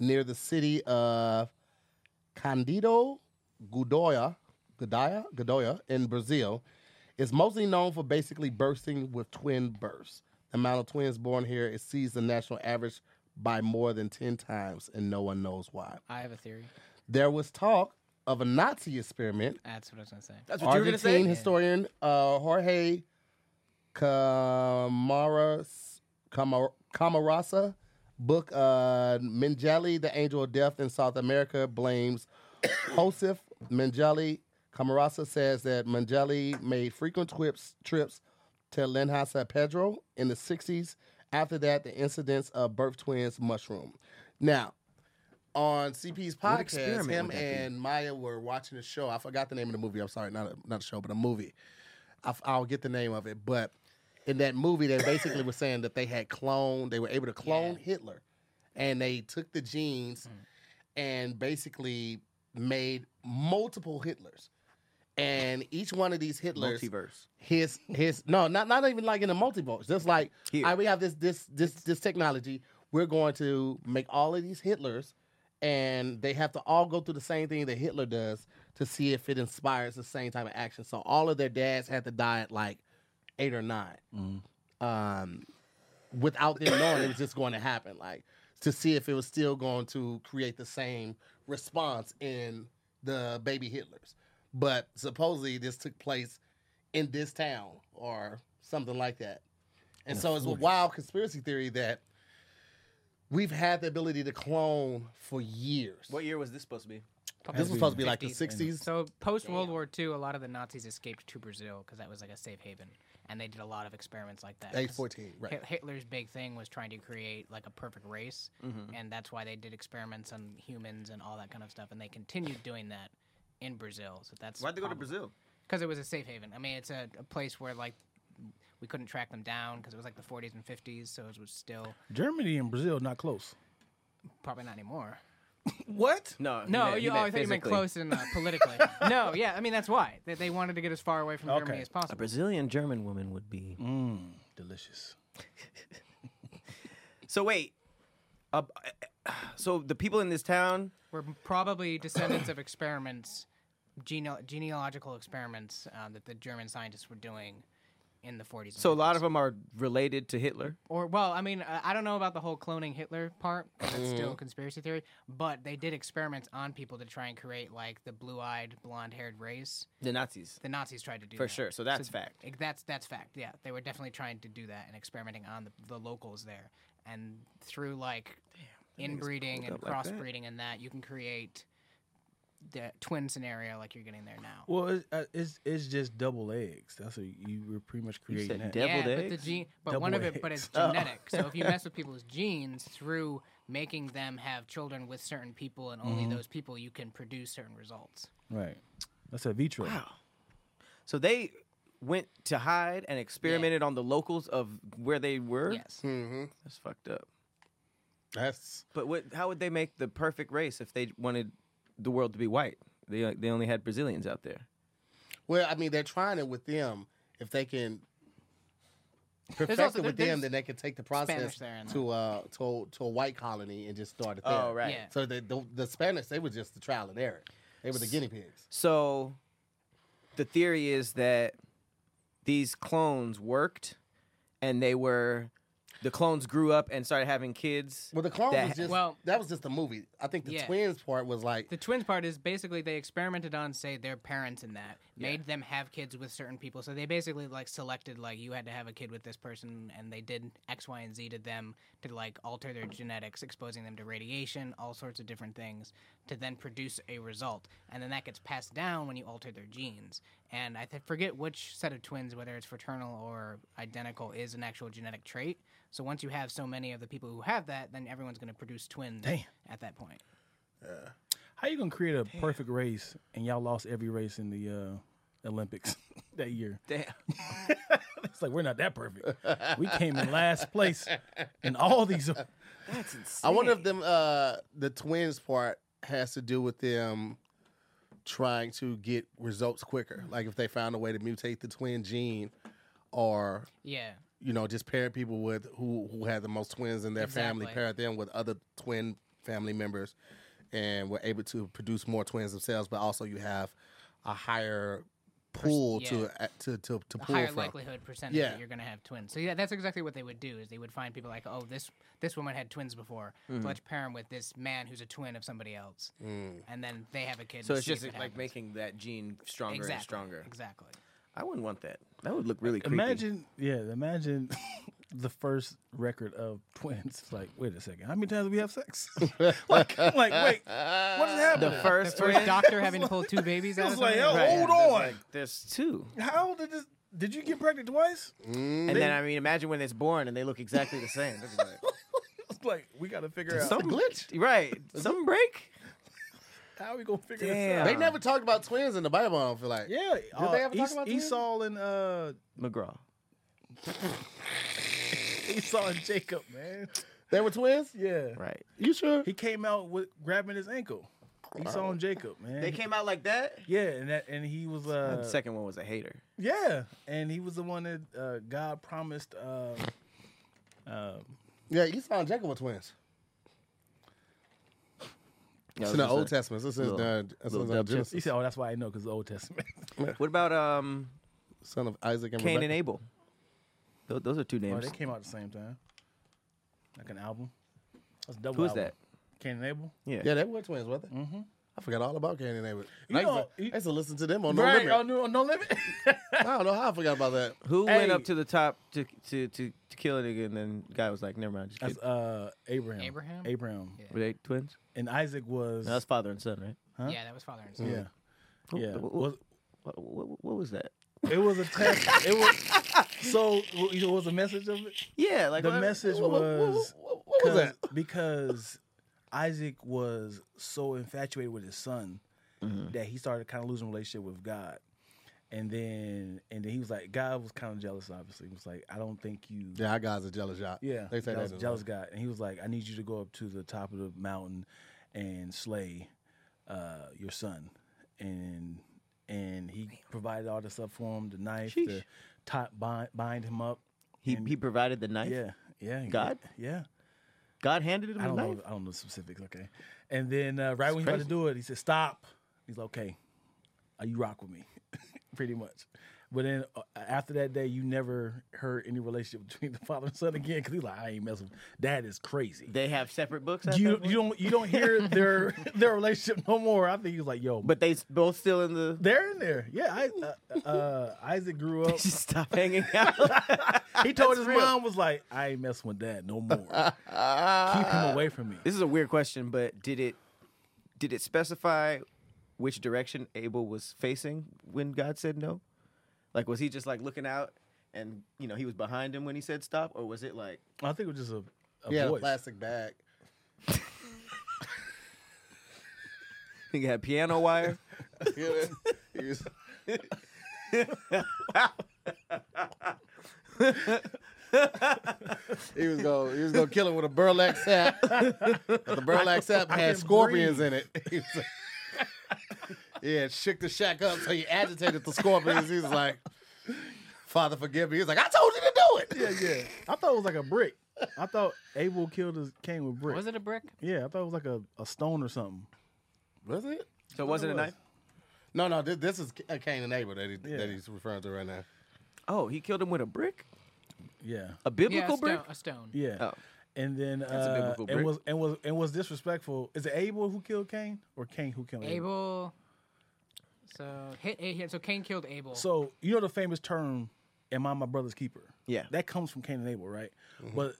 A: near the city of Candido Godoya, Godoya, Godoya in Brazil. is mostly known for basically bursting with twin births. The amount of twins born here exceeds the national average by more than 10 times, and no one knows why.
D: I have a theory.
A: There was talk of a Nazi experiment.
D: That's what I was gonna say.
B: That's what you were gonna
A: Argentine
B: say.
A: historian uh, Jorge Camaras, Camar- Camarasa book uh, Menjali, the Angel of Death in South America, blames Joseph Menjali. Camarasa says that Menjali made frequent twips, trips to Linha San Pedro in the 60s. After that, the incidents of birth twins mushroom. Now, on CP's podcast,
B: experiment
A: him
B: would that be?
A: and Maya were watching a show. I forgot the name of the movie. I'm sorry, not a, not a show, but a movie. I, f- I'll get the name of it. But in that movie, they basically were saying that they had cloned, they were able to clone Hitler. And they took the genes and basically made multiple Hitlers. And each one of these Hitlers,
B: Multiverse.
A: his his no, not not even like in the multiverse. Just like
B: Here.
A: I, we have this this this this technology. We're going to make all of these Hitlers, and they have to all go through the same thing that Hitler does to see if it inspires the same type of action. So all of their dads had to die at like eight or 9 um, without them knowing it was just going to happen. Like to see if it was still going to create the same response in the baby Hitlers. But supposedly this took place in this town or something like that. And so it's a wild conspiracy theory that we've had the ability to clone for years.
B: What year was this supposed to be?
A: this was supposed to be like the
D: 50s.
A: 60s.
D: So post World War II, a lot of the Nazis escaped to Brazil because that was like a safe haven, and they did a lot of experiments like that. 'cause
A: A14, right.
D: Hit- Hitler's big thing was trying to create like a perfect race,
B: Mm-hmm.
D: and that's why they did experiments on humans and all that kind of stuff, and they continued doing that in Brazil. So that's
B: Why'd they go to
D: probably-
B: Brazil?
D: because it was a safe haven. I mean, it's a, a place where like we couldn't track them down because it was like the 40s and 50s, so it was still
C: Germany and Brazil not close.
D: probably not anymore.
C: What?
B: No, he
D: No,
B: meant- he
D: you, oh, I thought you meant
B: physically.
D: close and uh, politically. no, yeah, I mean that's why they, they wanted to get as far away from Germany
C: Okay.
D: as possible.
B: A Brazilian German woman would be.
D: Mm.
C: Delicious.
B: So wait, uh, so the people in this town,
D: We're probably descendants of experiments, gene- genealogical experiments uh, that the German scientists were doing in the 40s. and
B: so a lot
D: 50s.
B: of them are related to Hitler.
D: or well, I mean, I I don't know about the whole cloning Hitler part. 'cause That's
B: Mm-hmm.
D: still a conspiracy theory. But they did experiments on people to try and create like the blue-eyed, blonde-haired race.
B: The Nazis,
D: The Nazis tried to do
B: for
D: that.
B: sure. So that's fact.
D: Like, That's that's fact. Yeah, they were definitely trying to do that and experimenting on the, the locals there, and through like inbreeding and
B: up like that.
D: crossbreeding and that, you can create the twin scenario like you're getting there now.
C: Well, it's, uh, it's it's just double eggs. That's what you were pretty much creating.
B: said
C: That.
B: dip. Deviled
D: yeah, but
B: eggs?
D: the gene, but one
C: Double
D: of it, but it's
C: eggs. Oh.
D: genetic. So if you mess with people's genes through making them have children with certain people and
B: Mm-hmm.
D: only those people, you can produce certain results.
C: right. That's a vitro. Wow.
B: So they went to hide and experimented on the locals of where they were.
D: Yes.
B: that's fucked up.
A: Mm-hmm. That's
B: But what, how would they make the perfect race if they wanted the world to be white? They they only had Brazilians out there.
A: well, I mean, they're trying it with them. If they can perfect
D: also-
A: it with
D: there-
A: them, then
D: there's
A: they can take the process
D: Spanish there and
A: to uh to to a white colony and just start it there.
B: Oh, right.
D: Yeah.
A: So the, the the Spanish, they were just the trial and error. They were the guinea pigs.
B: So the theory is that these clones worked and they were the clones grew up and started having kids.
A: Well, the clone
B: that-
A: was just
D: Well-
A: that was just a movie. I think the
D: Yeah.
A: twins part was like
D: The twins part is basically they experimented on, say, their parents and that made them have kids with certain people. So they basically like selected like you had to have a kid with this person, and they did X, Y, and Z to them to like alter their genetics, exposing them to radiation, all sorts of different things, to then produce a result, and then that gets passed down when you alter their genes. And I th- forget which set of twins, whether it's fraternal or identical, is an actual genetic trait. So once you have so many of the people who have that, then everyone's going to produce twins at that point.
C: How you gonna create a perfect race and y'all lost every race in the uh, Olympics that year?
B: Damn.
C: It's like we're not that perfect. We came in last place in all these.
B: That's
A: I
B: insane.
A: wonder if them uh the twins part has to do with them trying to get results quicker. Like if they found a way to mutate the twin gene or
D: Yeah.
A: you know, just pair people with who who had the most twins in their family,
D: Exactly.
A: pair them with other twin family members, and were able to produce more twins themselves. But also, you have a higher pull to,
D: yeah.
A: uh, to to to
D: a
A: pull
D: higher
A: from.
D: likelihood percentage
A: Yeah.
D: that you're going to have twins. So yeah, that's exactly what they would do. Is they would find people like, oh, this this woman had twins before. So let's pair him with this man who's a twin of somebody else, and then they have a kid.
B: So
D: and
B: it's
D: see
B: just
D: if
B: like
D: it happens.
B: making that gene stronger
D: exactly,
B: and stronger.
D: Exactly.
B: I wouldn't want that. That would look really creepy.
C: Imagine, yeah, imagine the first record of twins. Like, wait a second, how many times do we have sex? like, I'm like, wait, what is happening?
B: the first
D: First
B: twin-
D: doctor having pulled two babies
C: It
D: out
C: was
D: of
C: like, oh,
D: somebody?
B: Right,
C: hold
B: there's
C: on.
B: like- there's two.
C: How did this? Did you get pregnant twice?
B: And then I mean, imagine when it's born and they look exactly the same. They'd be like,
C: It's like we got to figure out
B: Some glitch, right? Some break.
C: how we gonna figure
B: Damn.
D: Uh-huh.
C: this
A: They never talk about twins in the Bible. I don't feel like.
C: out. Yeah, uh,
A: they ever talk
C: Es-
A: about twins?
C: Esau and uh,
B: McGraw.
C: Esau and Jacob, man.
A: They were twins.
C: Yeah,
B: Right.
A: You sure?
C: he came out with grabbing his ankle. Esau and Jacob, man.
B: They came out like that.
C: yeah, and that, and he was uh,
B: Mm-hmm. the second one was a hater.
C: Yeah, and he was the one that uh, God promised. Uh,
A: Yeah, Esau and Jacob were twins.
B: No,
A: It's
B: it
A: in the
B: was
A: Old
B: just a-
A: Testament. This is
B: little-
A: the this
B: little
A: is uh,
B: dub
C: he
A: Genesis,
C: said, "Oh, that's why I know because the Old Testament."
B: What about um
A: son of Isaac and
B: Cain and
A: Rebekah.
B: Abel? Tho- Those are two
C: oh,
B: names.
C: they came out at the same time, like an album. That's a double.
B: Who is
C: album.
B: that?
C: Cain and Abel.
B: Yeah.
A: Yeah, they were twins, weren't they? Mm-hmm. I forgot all about Cain and Abel.
C: You
A: I, used
C: know,
A: to,
C: you-
A: I used to listen to them on No
C: right?
A: Limit.
C: Oh, no, no limit.
A: I don't know how I forgot about that.
B: Who
C: Hey.
B: went up to the top to to to, to kill it again? And then the guy was like, "Never mind." Just
C: that's
B: kidding.
C: uh, Abraham.
D: Abraham?
C: Abraham.
D: Yeah.
B: Were they twins?
C: And Isaac was.
B: No, that's father and son, right?
D: Yeah, that was father and son.
C: yeah. Yeah.
B: What,
C: Was-
B: what- what- what was that?
C: It was a test. it was so. It was a message of it.
B: Yeah, like
C: The
B: what-
C: message
B: what- what-
C: was
B: what- what was that?
C: because- because Isaac was so infatuated with his son
B: Mm-hmm.
C: that he started kind of losing relationship with God. And then and then he was like God was kind of jealous obviously. He was like I don't think you
A: Yeah, our guys are jealous shot.
C: yeah,
A: they say
C: that
A: that.
C: was a jealous guy, and he was like, "I need you to go up to the top of the mountain and slay uh, your son," and and he provided all the stuff for him, the knife, the
B: Sheesh.
C: top bind, bind him up.
B: He
C: and-
B: he provided the knife.
C: yeah, yeah, he-
B: God?
C: yeah.
B: God handed him
C: I
B: the
C: don't know,
B: knife.
C: I don't know the specifics. Okay, and then uh, right when he about to
B: crazy.
C: do it, he said, "Stop." He's like, "Okay, uh, you rock with me," pretty much. But then uh, after that day, you never heard any relationship between the father and son again because he's like, "I ain't messing." with That is crazy.
B: They have separate books. at
C: you
B: that
C: you
B: point?
C: don't you don't hear their their relationship no more. I think he's like, yo,
B: But they s- both still in the.
C: they're in there. Yeah, I, uh, uh, Isaac grew up.
B: Just stop hanging out.
C: He told
B: That's
C: his
B: real.
C: mom was like, I ain't messing with dad no more. Keep him away from me.
B: This is a weird question, but did it did it specify which direction Abel was facing when God said no? Like was he just like looking out and you know he was behind him when he said stop, or was it like
C: I think it was just a, a
A: Yeah, a
C: voice.
A: plastic bag.
B: I think it had piano wire?
A: You know, he was- he was gonna he was gonna kill him with a burlap sack. But the burlap sack had
C: can
A: scorpions in it. He was like- yeah, it shook the shack up, so he agitated the scorpions. He was like, "Father, forgive me." He was like, "I told you to do it."
C: Yeah, yeah. I thought it was like a brick. I thought Abel killed his king with brick.
D: Was it a brick?
C: Yeah, I thought it was like a, a stone or something.
A: Was it?
B: So it wasn't a
C: was.
B: knife?
A: No, no. This, this is a Cain and Abel that he,
C: Yeah.
A: that he's referring to right now.
B: Oh, he killed him with a brick?
C: Yeah,
B: A
D: Yeah,
B: biblical
D: a
B: brick?
D: stone. A stone.
C: yeah.
B: Oh.
C: And then
B: a
C: uh,
B: biblical
C: and
B: brick.
C: was and was and was disrespectful. Is it Abel who killed Cain or Cain who killed Abel?
D: Abel. So hit, hit, so Cain killed Abel.
C: So you know the famous term, "Am I my brother's keeper?"
B: Yeah.
C: that comes from Cain and Abel, right? But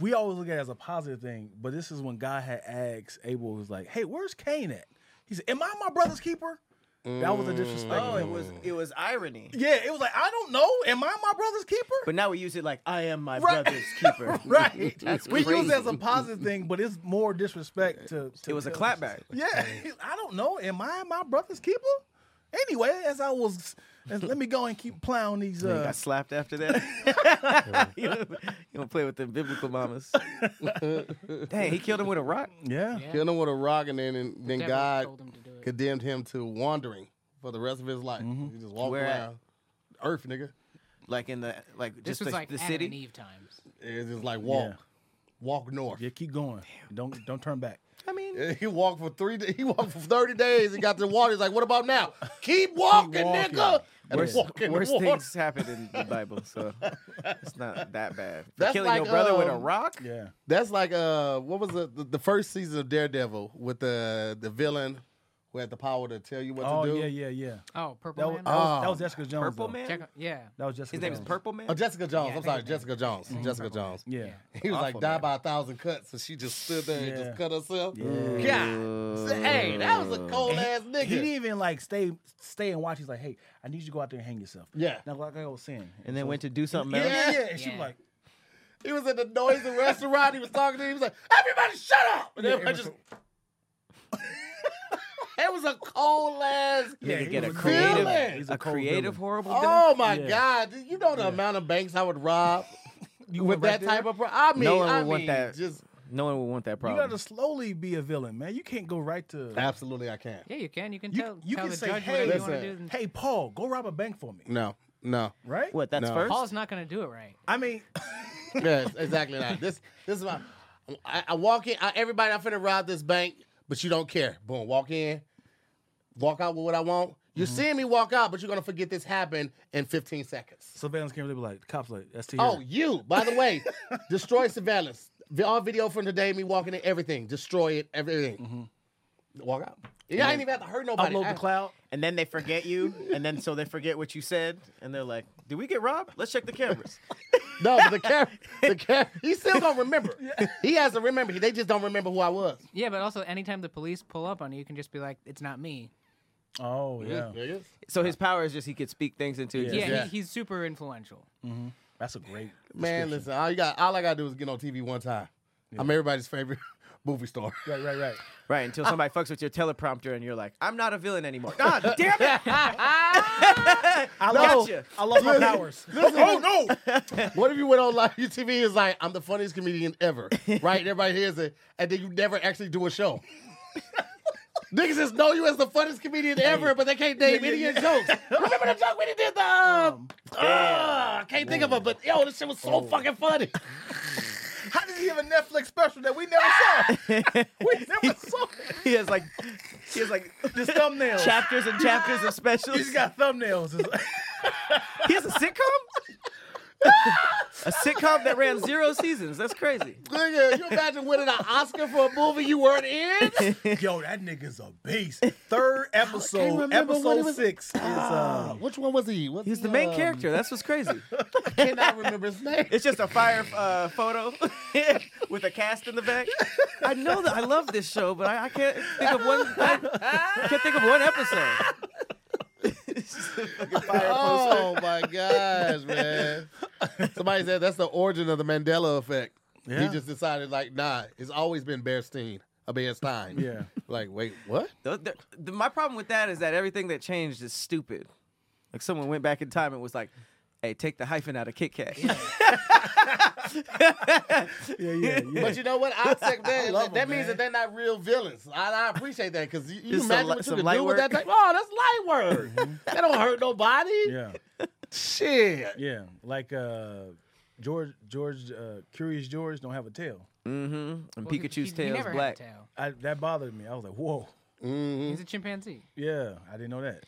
C: we always look at it as a positive thing. But this is when God had asked Abel, was like, "Hey, where's Cain at?" He said, "Am I my brother's keeper?" That was a disrespect.
B: Oh, it was it was irony.
C: Yeah, it was like I don't know. Am I my brother's keeper?
B: But now we use it like I am my
C: Right.
B: brother's keeper.
C: right.
B: That's
C: we use it as a
B: crazy.
C: positive thing, but it's more disrespect to. to
B: It was a
C: to-
B: clapback.
C: Yeah, I don't know. Am I my brother's keeper? Anyway, as I was, as- let me go and keep plowing these.
B: And he
C: Uh,
B: got slapped after that. you, don't, you don't play with the biblical mamas. Dang, he killed him with a rock.
C: yeah,
D: Yeah.
A: Killed him with a rock, and then and then
D: Devil
A: God
D: told him to do it.
A: condemned him to wandering for the rest of his life. He just walked
B: Where at?
A: around. Earth, nigga.
B: Like in the like
D: this
B: just
D: was
B: the,
D: like
B: the
D: Adam
B: city.
D: and Eve times.
A: It's just like walk.
C: Yeah.
A: Walk north.
C: yeah. Keep going. Don't don't turn back.
B: I mean,
A: And He walked for three. da- He walked for thirty days and got to the water. He's like, "What about now? Keep walking,
C: walking.
A: nigga." And
B: worse,
A: walk in the
B: worse
A: water.
B: things happen in the Bible, so it's not that bad. For
A: That's
B: killing
A: like,
B: your brother with a
A: um,
B: rock?
C: Yeah.
A: That's like uh, what was the, the the first season of Daredevil with the the villain who had the power to tell you what
C: Oh
A: to do?
C: yeah, yeah, yeah.
D: Oh, Purple
C: That was,
D: Man.
C: that, was,
A: Oh.
C: that was Jessica Jones.
B: Ah. Purple
C: though.
B: Man?
D: Check- yeah.
C: That was Jessica.
B: His name is
C: Jones.
B: Purple Man?
A: Oh, Jessica Jones.
D: Yeah, I
A: I'm
D: think
A: sorry,
D: it's
A: Jessica Jones. Jessica Jones.
C: Yeah.
A: He was like,
B: Awful
A: die
B: man.
A: by a thousand cuts, and she just stood there and
C: Yeah.
A: just cut herself.
C: Yeah.
B: Uh,
A: God, hey, that was a cold ass
C: He
A: nigga.
C: didn't even like stay stay and watch. He's like, hey, I need you to go out there and hang yourself.
A: Yeah.
C: Now, like I was saying.
B: and then went to do something
C: Yeah,
B: else?
C: yeah, yeah. And she was
D: Yeah.
C: like,
A: He was at the noisy restaurant. He was talking to him. He was like, everybody shut up. And
C: Yeah,
A: everybody
C: it was
A: just. it was a cold ass.
C: Yeah,
B: Nigga
C: he
B: get a
C: was a
B: creative,
A: villain.
C: He's a
B: a
C: cold
B: creative
C: villain.
B: horrible.
A: Oh my
C: Yeah.
A: God. Dude, You know the amount of banks I would rob
C: you
A: with
C: went right
A: that type
C: there?
A: of. Pro- I mean,
B: No one
A: I
B: would want
A: mean,
B: that.
A: just.
B: villain. No one would want that
C: You
B: problem.
C: gotta slowly be a villain, man. You can't go right to.
A: Absolutely, I can't.
D: Yeah, you can. You can
C: You-
D: tell,
C: you
D: tell
C: can
D: the
C: say,
D: judge
C: "Hey,
D: whatever you want to
A: listen,
D: do.
C: Hey, Paul, go rob a bank for me,
A: No, no.
C: right?
B: what? That's
A: No.
B: first.
D: Paul's not going to do it right.
C: I mean,
A: Yes, exactly. That. This this is my. I, I walk in. I, everybody, I'm finna rob this bank, but you don't care. Boom, walk in, walk out with what I want. You're
C: Mm-hmm.
A: seeing me walk out, but you're gonna forget this happened in 15 seconds.
C: surveillance camera. They be like, the cops like, that's to
A: Oh, you. By the way, destroy surveillance. Vi- All video from today, me walking in everything. Destroy it. Everything. Walk out. Yeah, I ain't even have to hurt nobody.
C: Mm-hmm. upload
A: I-
C: the cloud.
B: and then they forget you, and then so they forget what you said, and they're like, "Did we get robbed? Let's check the cameras."
A: No, but the car, the car, he still gonna remember. He has to remember. They just don't remember who I was.
D: Yeah, but also, anytime the police pull up on you, you can just be like, it's not me.
C: Oh yeah,
A: There he is.
B: so his power is just he could speak things into
D: Yeah,
B: existence.
A: Yeah.
D: He, he's super influential.
C: that's a great
A: Man, listen, all you got, all I gotta do is get on TV one time. I'm everybody's favorite movie star.
C: Right, right, right.
B: Right until somebody fucks with your teleprompter, and you're like, "I'm not a villain anymore." God damn it!
C: I love,
B: Gotcha.
C: I love my powers.
A: oh no! what if you went on live your TV is like, I'm the funniest comedian ever, right? And everybody hears it, and then you never actually do a show. Niggas just know you as the funniest comedian ever, but they can't name any of your jokes. Remember the joke when he did the? Um, ah, I can't think of it, but yo, this shit was so fucking funny.
C: Oh. How did he have a Netflix special that we never saw? we never saw it.
B: he has like, he has like
C: Just thumbnails.
B: chapters and chapters of
C: he
B: specials.
C: just got thumbnails. It's-
B: He has a sitcom. a sitcom that ran zero seasons. That's crazy.
A: Nigga, you imagine winning an Oscar for a movie you weren't in?
C: Yo, that nigga's a beast. Third episode,
A: remember when it
C: episode
A: was-
C: six. Is, uh,
A: Ah, Which one was he? What's
B: um, He's the main
A: um,
B: character. That's what's crazy.
A: Cannot remember his name.
B: It's just a fire uh, photo with a cast in the back. I know that I love this show, but I, I can't think of one. I can't think of one episode. It's just a fucking fire poster.
A: Oh my gosh, man! Somebody said that's the origin of the Mandela effect. He
C: Yeah.
A: just decided, like, nah, it's always been Bear Stein, a Bear Stein.
C: Yeah.
A: Like, wait, what?
B: Those- the- the- my problem with that is that everything that changed is stupid. Like someone went back in time and was like, "Hey, take the hyphen out of Kit Kat."
C: yeah, yeah, yeah.
A: But you know what? I accept that.
C: love
A: that
C: him,
A: means
C: man.
A: that they're not real villains. I, I appreciate that because you, you
B: Just some
A: imagine
B: li-
A: what you
B: some
A: can
B: light
A: do with
B: work.
A: that. Thing? Oh, that's light work. That don't hurt nobody.
C: Mm-hmm. yeah,
A: Shit.
C: yeah. Like uh, George, George, uh, Curious George don't have a tail.
B: Mm-hmm. And
D: Well, he-
B: Pikachu's
D: he- he
B: tail is
D: never had a
B: black.
D: tail.
C: I, that bothered me. I was like, whoa.
D: He's a chimpanzee.
C: Yeah, I didn't know that.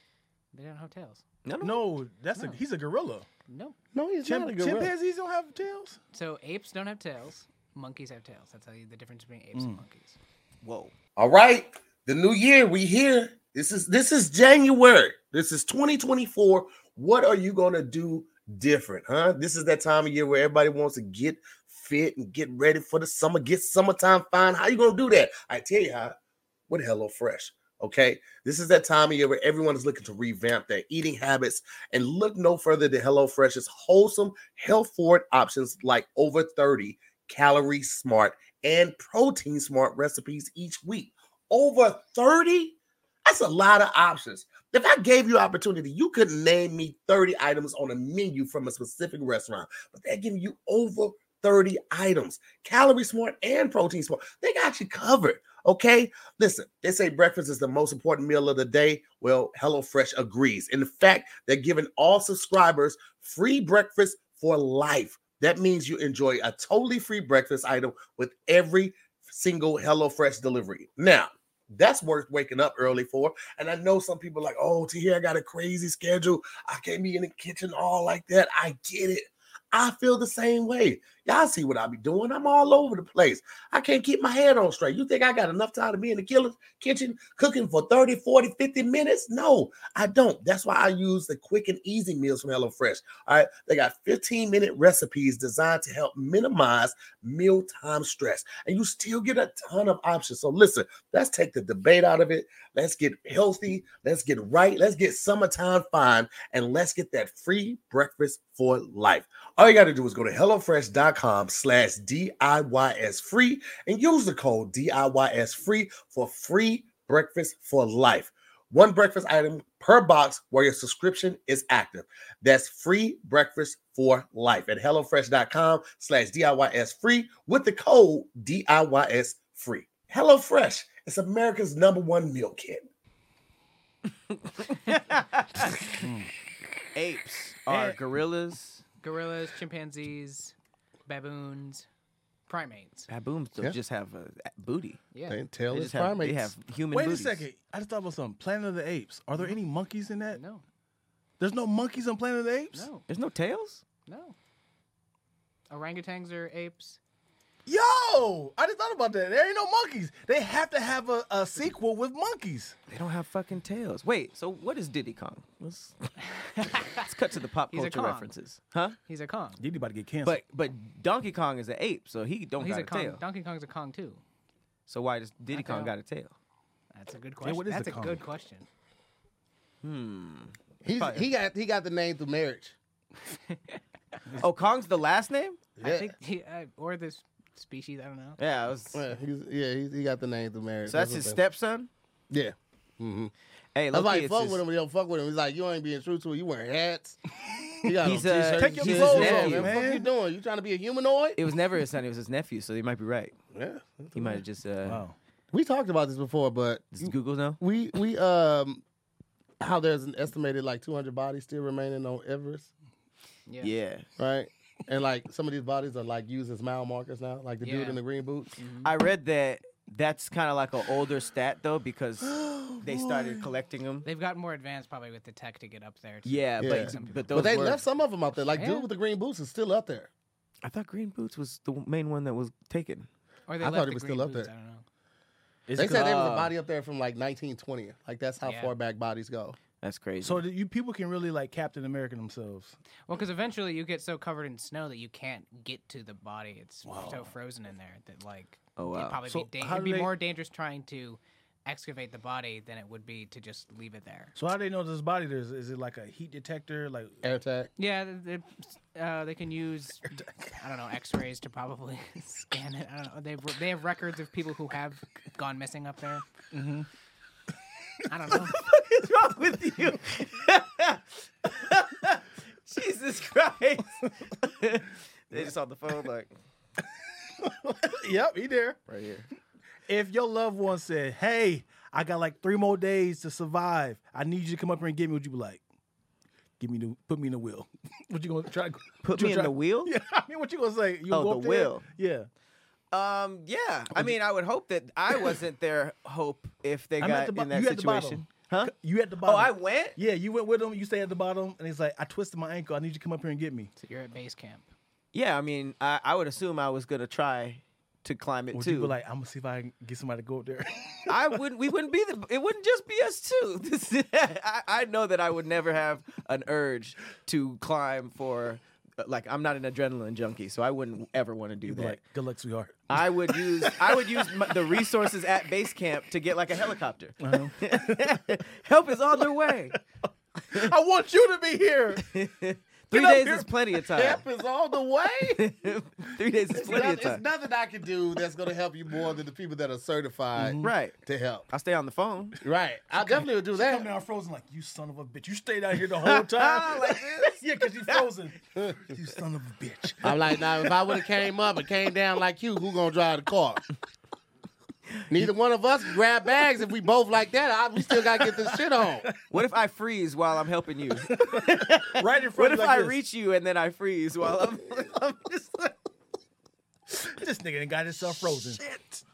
D: They don't have tails.
B: No, no,
C: No, that's a he's a gorilla.
D: Nope.
A: No, he's
C: Chim-
A: not a gorilla.
C: chimpanzees don't have tails.
D: So apes don't have tails. Monkeys have tails. That's how you, the difference between apes and monkeys.
B: Whoa.
E: All right, the new year we here. This is this is January. This is 2024. What are you gonna do different, huh? This is that time of year where everybody wants to get fit and get ready for the summer, get summertime fine. How you gonna do that? I tell you how. With HelloFresh, okay? This is that time of year where everyone is looking to revamp their eating habits and look no further than HelloFresh's wholesome, health-forward options like over 30 calorie smart and protein smart recipes each week. Over 30? That's a lot of options. If I gave you opportunity, you could name me 30 items on a menu from a specific restaurant, but they're giving you over 30 items, calorie smart and protein smart. They got you covered. Okay, listen, they say breakfast is the most important meal of the day. Well, HelloFresh agrees. In fact, they're giving all subscribers free breakfast for life. That means you enjoy a totally free breakfast item with every single HelloFresh delivery. Now, that's worth waking up early for. And I know some people like, oh, to here, I got a crazy schedule. I can't be in the kitchen all like that. I get it. I feel the same way. Y'all see what I be doing. I'm all over the place. I can't keep my head on straight. You think I got enough time to be in the killer kitchen cooking for 30, 40, 50 minutes? No, I don't. That's why I use the quick and easy meals from HelloFresh. All right. They got 15 minute recipes designed to help minimize mealtime stress. And you still get a ton of options. So listen, let's take the debate out of it. Let's get healthy. Let's get right. Let's get summertime fine. And let's get that free breakfast for life. All you got to do is go to HelloFresh.com slash DIYS free and use the code DIYS free for free breakfast for life. One breakfast item per box where your subscription is active. That's free breakfast for life at HelloFresh.com slash DIYS free with the code DIYS free. HelloFresh is America's number one meal kit.
B: Apes are gorillas.
D: Gorillas, chimpanzees, baboons, primates.
B: Baboons don't
A: Yeah.
B: just have a booty.
D: Yeah.
A: They tell
B: They
A: it's
B: just have,
A: primates.
B: they have human
C: Wait
B: booties.
C: a second. I just thought about something. Planet of the Apes. Are there any monkeys in that?
D: No.
C: There's no monkeys on Planet of the Apes?
D: No.
B: There's no tails?
D: No. Orangutans are apes.
C: Yo! I just thought about that. There ain't no monkeys. They have to have a, a sequel with monkeys.
B: They don't have fucking tails. Wait, so what is Diddy Kong? Let's, let's cut to the pop
D: He's a
B: culture
D: Kong.
B: references. Huh?
D: He's a Kong.
C: Did anybody get canceled?
B: But but Donkey Kong is an ape, so he don't
D: He's
B: got
D: a
B: a,
D: Kong.
B: tail.
D: Donkey Kong's a Kong too.
B: So why does Diddy
D: Not
B: Kong
D: tail.
B: got a tail?
D: That's a good question.
C: what is
D: That's
C: a
D: a
C: Kong?
D: good question.
A: He's,
B: Probably-
A: he got he got the name through marriage.
B: Oh, Kong's the last name?
A: Yeah.
D: I think he, I, or this species, I don't know.
B: Yeah, I was, so
A: Yeah, he's, yeah he, he got the name through marriage.
B: that's
A: what
B: his
A: they-
B: stepson.
A: Yeah.
B: Hey,
A: That's
B: look,
A: why he
B: it's
A: fuck
B: his-
A: with him. He don't fuck with him. He's like, you ain't being true to it. You wearing hats. He got
B: He's,
A: on
B: uh,
A: t-shirts.
B: Take
A: and
B: your
A: shit.
B: clothes
A: Yeah,
B: off,
A: What the fuck
C: man.
A: you doing? You trying to be a humanoid?
B: It was never his son; it was his nephew. So they might be right.
A: Yeah.
B: He might have just uh,
C: wow.
A: We talked about this before, but
B: does Google now.
A: we we um how there's an estimated like 200 bodies still remaining on Everest,
D: Yeah.
B: Yeah,
A: right? And like some of these bodies are like used as mile markers now, like the dude
D: Yeah.
A: in the green boots.
B: I read that. That's kind of like an older stat though, because they started collecting them.
D: They've gotten more advanced probably with the tech to get up there. too.
B: Yeah,
A: Yeah.
B: but but those
A: But they
B: were-
A: left some of them out there. Like
D: Yeah.
A: dude with the green boots is still up there.
B: I thought Green Boots was the main one that was taken.
D: Or they
A: I
D: left
A: thought
D: the
A: it was
D: green
A: still up
D: boots,
A: there.
D: I don't know.
A: they said there was a
B: Ah.
A: body up there from like 1920. Like that's how
D: Yeah.
A: far back bodies go.
B: That's crazy.
C: So that you people can really like Captain America themselves.
D: Well, because eventually you get so covered in snow that you can't get to the body. It's so frozen in there that like
B: Oh, wow.
D: it'd probably
C: So
D: be,
C: how
D: da-
C: do
D: it'd be
C: they-
D: more dangerous trying to excavate the body than it would be to just leave it there.
C: So how do they know this body? There's is it like a heat detector? Like
A: Air tag.
D: Yeah, they, they- uh, they can use I don't know X-rays to probably scan it. I don't know. They have, they have records of people who have gone missing up there. Mm-hmm. I don't know.
B: is wrong with you? Jesus Christ. they just on the phone like
C: Yep, he there.
B: right here.
C: If your loved one said, "Hey, I got like three more days to survive. I need you to come up here and get me," would you be like, "Give me the put me in the wheel"? what you gonna try? to-
B: Put
C: you
B: me in
C: try-
B: the wheel?
C: Yeah, I mean, what you gonna say? You
B: Oh,
C: go
B: the
C: up there?
B: wheel.
C: Yeah,
B: Um yeah. I mean I would hope that I wasn't their hope if they
C: I'm
B: got
C: at the bo-
B: in that
C: you at the bottom.
B: situation. Huh?
C: you at the
B: Oh,
C: bottom.
B: I went?
C: Yeah, you went with him. You stay at the bottom, and he's like, "I twisted my ankle. I need you to come up here and get me."
D: So you're at base camp.
B: Yeah, I mean I, I would assume I was gonna try to climb it
C: Would
B: too.
C: you be like, "I'm gonna see if I can get somebody to go up there"?
B: I wouldn't. We wouldn't be the. It wouldn't just be us two. This, I, I know that I would never have an urge to climb for. Like I'm not an adrenaline junkie, so I wouldn't ever want to do
C: You'd be
B: that.
C: like, "Good luck, sweetheart."
B: I would use I would use my, the resources at base camp to get like a helicopter.
C: Uh-huh.
B: Help is on their way.
C: I want you to be here.
B: Three
C: up
B: days
C: here.
B: is plenty of time.
A: Yep, is all the way.
B: Three days is plenty of
A: Noth- It's
B: time.
A: nothing I can do that's going to help you more than the people that are certified
B: Mm-hmm. Right.
A: to help.
B: I'll stay on the phone.
A: Right. I definitely would do
C: Come
A: that.
C: down frozen, like you son of a bitch. You stayed out here the whole time,
B: Like this?
C: yeah, because you frozen. you son of a bitch.
A: I'm like, now, if I would have came up and came down like you, who gonna drive the car? Neither one of us grab bags if we both like that. I, we still gotta get this shit on.
B: What if I freeze while I'm helping you?
C: Right in
B: What
C: front
B: if
C: of you
B: I
C: like this.
B: reach you and then I freeze while I'm, I'm just like,
C: this nigga done got himself frozen.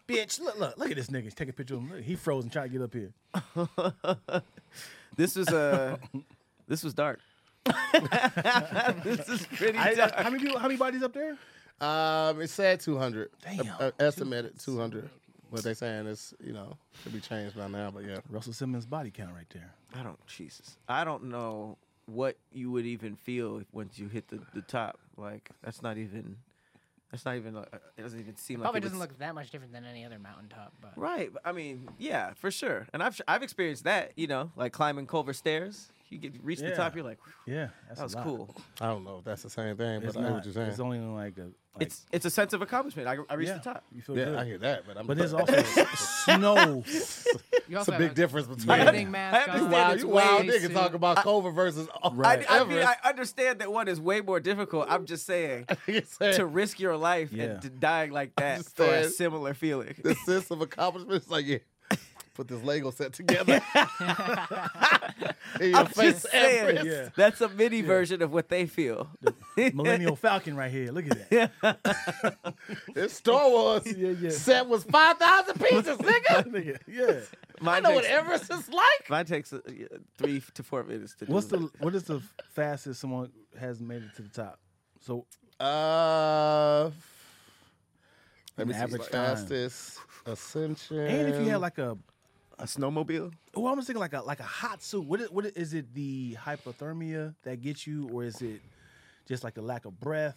C: Bitch, look, look, look at this nigga. Take a picture of him. Look, he frozen trying to get up here.
B: This was uh, this was dark. this is pretty
C: I,
B: dark.
C: I- how many people? How many bodies up there?
A: Um, it said 200.
C: Damn.
A: Uh, uh, estimated 200. But they saying it's, you know, could be changed by now, but yeah.
C: Russell Simmons' body count right there.
B: I don't Jesus. I don't know what you would even feel if, once you hit the, the top. Like that's not even that's not even like, it doesn't even seem like
D: Probably
B: it would
D: doesn't
B: s-
D: look that much different than any other mountaintop, but
B: right. but I mean, yeah, for sure. And I've I've experienced that. You know, like climbing Culver stairs. You get reach the top,
C: Yeah.
B: you're like,
C: Yeah, that's
B: that
C: a
B: was
C: lot.
B: cool.
A: I don't know if that's the same thing,
C: It's
A: but I hear
C: not.
A: what you're saying.
C: It's only like a. Like,
B: it's it's a sense of accomplishment. I, I reached
C: yeah,
B: the top.
C: You feel
A: yeah,
C: good.
A: I hear that, but I'm
C: But there's also snow.
D: you
A: it's
D: also
A: a
D: have
A: big difference between
C: Yeah.
D: Breathing
A: you
D: mask.
B: understand
D: on,
A: wild, you wild
D: waist
A: nigga
D: suit.
A: talking about Culver versus
B: I,
A: right.
B: I mean, I understand that one is way more difficult. I'm just saying to risk your life
C: Yeah.
B: and to die like that for a
A: Understand.
B: similar feeling.
A: the sense of accomplishment. It's like, yeah, put this Lego set together. In your
B: I'm
A: face
B: just
A: and
B: saying,
A: wrist.
C: Yeah.
B: that's a mini version of what they feel.
C: Millennial Falcon right here. Look at that.
A: It's Star Wars.
C: Yeah, yeah.
A: Set was 5,000 pieces, nigga.
C: Nigga, yeah.
A: I
B: Mine
A: know what
B: takes,
A: Everest is like.
B: mine takes uh, yeah, three to four minutes to
C: What's
B: do.
C: the what is the fastest someone has made it to the top? So
A: Uh, let me
C: An
A: see.
C: average time.
A: fastest ascension.
C: and if you
A: Um,
C: had like a
B: a snowmobile?
C: oh, I'm just thinking like a like a hot suit. What is, what is, is it? The hypothermia that gets you, or is it just like the lack of breath?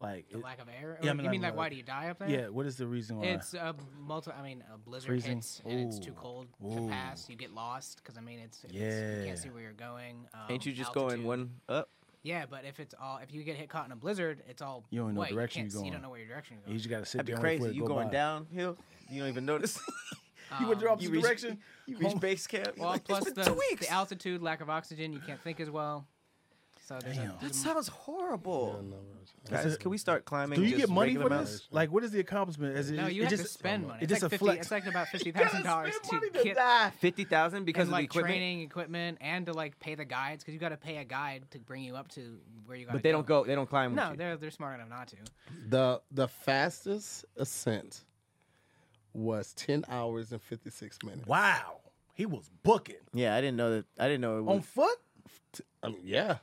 C: Like
D: The
C: it-
D: lack of air.
C: Yeah, I
D: Or-
C: mean,
D: you
C: like,
D: mean like why
C: like-
D: do you die up there?
C: yeah, what is the reason why?
D: It's a multi. I mean, a blizzard
C: Freezing.
D: hits and it's
C: Ooh.
D: too cold
C: Ooh.
D: to pass. You get lost because I mean, it's, it's you
C: Yeah.
D: can't see where you're going. Um,
B: Ain't you just going
D: altitude.
B: one up?
D: Yeah, but if it's all if you get hit caught in a blizzard, it's all
C: You don't know
D: white.
C: direction
D: can't
C: you're
D: see- You
C: going.
D: don't know where your direction
C: you
D: you're
C: just gotta sit
B: That'd be
C: down.
B: crazy.
C: Before it
B: You
C: go
B: going
C: by.
B: downhill? You don't even notice.
D: going. Um,
C: drop
B: you
C: the
B: reach-
C: direction.
B: you reach
C: Home-
B: base camp. you're
D: Well,
B: like,
D: plus
B: it's been
D: the,
B: two weeks.
D: the altitude, lack of oxygen, you can't think as well. So there's a,
C: Damn.
D: there's
B: that
D: a-
B: sounds horrible. Guys, can we start climbing?
C: Do you
B: just
C: get money
B: regular
C: for this?
B: mountains?
C: Like, what is the accomplishment? Is it,
D: no, you
C: it Oh
D: have
C: just,
D: to spend money.
C: It
D: It's
C: just
D: like
C: a
D: 50,
C: flex.
D: It's like about fifty thousand dollars to get
B: Fifty thousand because
D: and
B: of the
D: like
B: equipment,
D: training equipment and to like pay the guides because you got to pay a guide to bring you up to where you got.
B: but they don't go. They don't climb. with
D: No,
B: you.
D: they're they're smart enough not to.
A: The the fastest ascent was 10 hours and 56 minutes.
C: wow, he was booking
B: yeah, I didn't know that. I didn't know it was.
C: on foot.
A: I mean, yeah.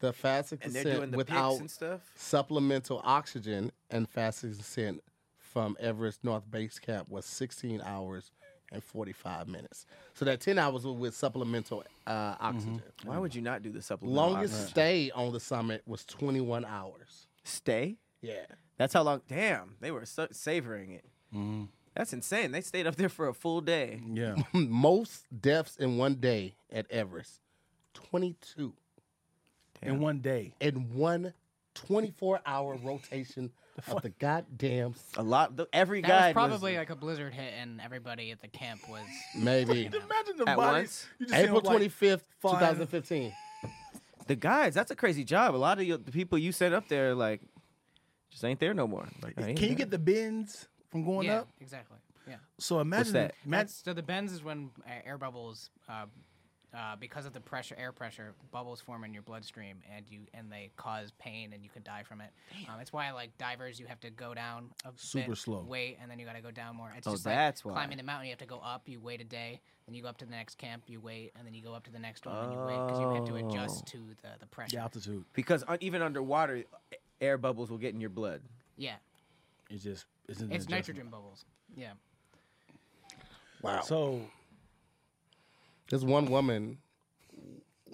A: The fastest
B: and they're doing
A: ascent
B: the picks
A: without
B: and stuff.
A: supplemental oxygen and fastest ascent from Everest North Base Camp was 16 hours and 45 minutes. So that 10 hours was with supplemental uh, oxygen.
B: Why would you not do the supplemental?
A: Longest
B: option?
A: stay on the summit was 21 hours.
B: stay.
A: Yeah.
B: That's how long. Damn, they were so, savoring it.
C: Mm.
B: That's insane. They stayed up there for a full day.
C: Yeah,
A: Most deaths in one day at Everest, 22
C: in one day.
A: in one 24 hour rotation of the goddamn
B: A lot. th- Every
D: That
B: guy
D: was probably like a blizzard hit, and everybody at the camp was.
A: maybe
C: Imagine the
B: At
C: body.
B: once?
C: You just see
A: April
C: him, like,
A: 25th,
C: flying-
A: 2015.
B: the guys. That's a crazy job. A lot of you, the people you sent up there, like, just ain't there no more. Like, I ain't
C: Can you
B: there.
C: get the bins from going
D: yeah,
C: up?
D: exactly. Yeah.
C: So imagine
B: that?
C: Matt,
D: That's- so the bends is when uh, air bubbles, uh, uh, because of the pressure, air pressure, bubbles form in your bloodstream, and you and they cause pain, and you can die from it. Um, it's why like divers, you have to go down a
C: Super
D: bit,
C: slow.
D: wait, and then you got to go down more. It's
B: Oh,
D: just like
B: that's why.
D: climbing the mountain, you have to go up, you wait a day, then you go up to the next camp, you wait, and then you go up to the next one, and you wait because you have to adjust to the the
C: the
D: pressure.
C: altitude.
B: because un- even underwater, a- air bubbles will get in your blood.
D: yeah.
C: It's just it's, an
D: It's
C: adjustment.
D: nitrogen bubbles. Yeah.
A: Wow.
C: So
A: There's one woman,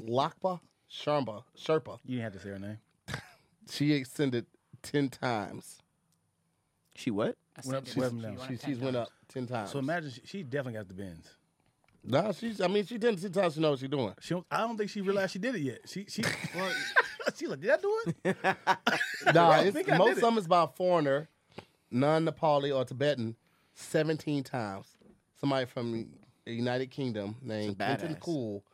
A: Lakpa Sharma, Sherpa.
C: you didn't have to say her name.
A: She extended 10 times.
B: She what?
D: Ascended.
C: she's-
D: So you
C: she's-
D: went up
A: She,
D: 10
A: she's went
D: times.
A: up 10 times.
C: So imagine she, she definitely got the bins.
A: No, she's, I mean, she did 10 times. She knows what she's doing.
C: She don't, I don't think she realized she did it yet. She she well, she like did I do it?
A: No,
C: don't
A: it's,
C: think I
A: most
C: did
A: of
C: it.
A: them is by a foreigner, non Nepali or Tibetan, 17 times. Somebody from the United Kingdom named Clinton
B: badass.
A: Cool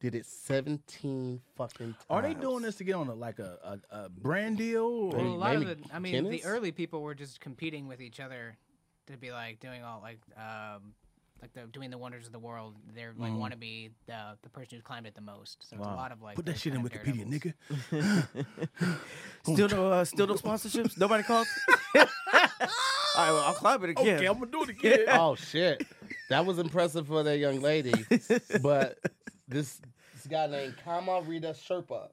A: did it 17 fucking times.
C: Are they doing this to get on a like a a, a brand deal? Or,
D: Well, a lot of
A: maybe
D: the, I mean,
A: Guinness?
D: the early people were just competing with each other to be like doing all like, um, like the doing the wonders of the world. They're like want to be the the person who's climbed it the most. So it's a lot of like
C: Put that
D: those
C: shit in
D: kind of
C: Wikipedia,
D: daredevils.
C: nigga.
B: Still no, uh, still no sponsorships. Nobody called. right, well, I'm clapping again.
C: Okay, I'm gonna do it again.
A: oh shit, that was impressive for that young lady. But this this guy named Kama Rita Sherpa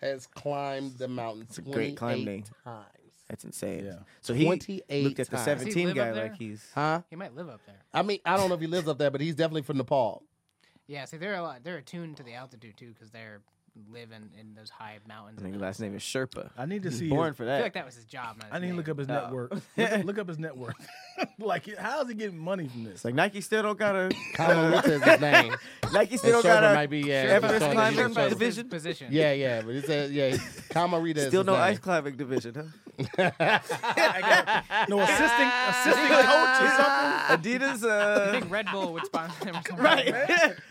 A: has climbed the mountain
B: a
A: 28
B: great climb name.
A: times.
B: That's insane.
C: Yeah.
B: So he
A: 28
B: looked at the
A: times.
B: 17
D: Does he live
B: guy
D: up there?
B: like he's.
A: Huh?
D: He might live up there.
A: I mean, I don't know if he lives up there, but he's definitely from Nepal.
D: Yeah, see, they're a lot. They're attuned to the altitude too, because they're living in those high mountains.
B: I
D: and
B: think his
D: those-
B: last name is Sherpa.
C: I need to
B: He's
C: see
B: born
C: his-
B: for
D: I
B: that.
D: feel like that was his job. Not his
C: I need to
D: name.
C: look up his net worth. Look, look up his net worth. like, how is he getting money from this?
B: It's like Nike still don't got a.
A: Kama Rita is his name.
B: Nike still
A: And
B: don't
A: Sherpa
B: got a.
A: might be, yeah,
B: Everest
A: Sherpa.
B: climbing
A: Sherpa.
B: division.
D: position.
A: Yeah, yeah, but it says yeah, Kama Rita is
B: Still
A: his
B: no
A: name.
B: ice climbing division, huh?
C: I got- no assisting assisting coach or something.
B: Adidas,
D: I
B: uh,
D: think Red Bull would sponsor them. or something.
B: right?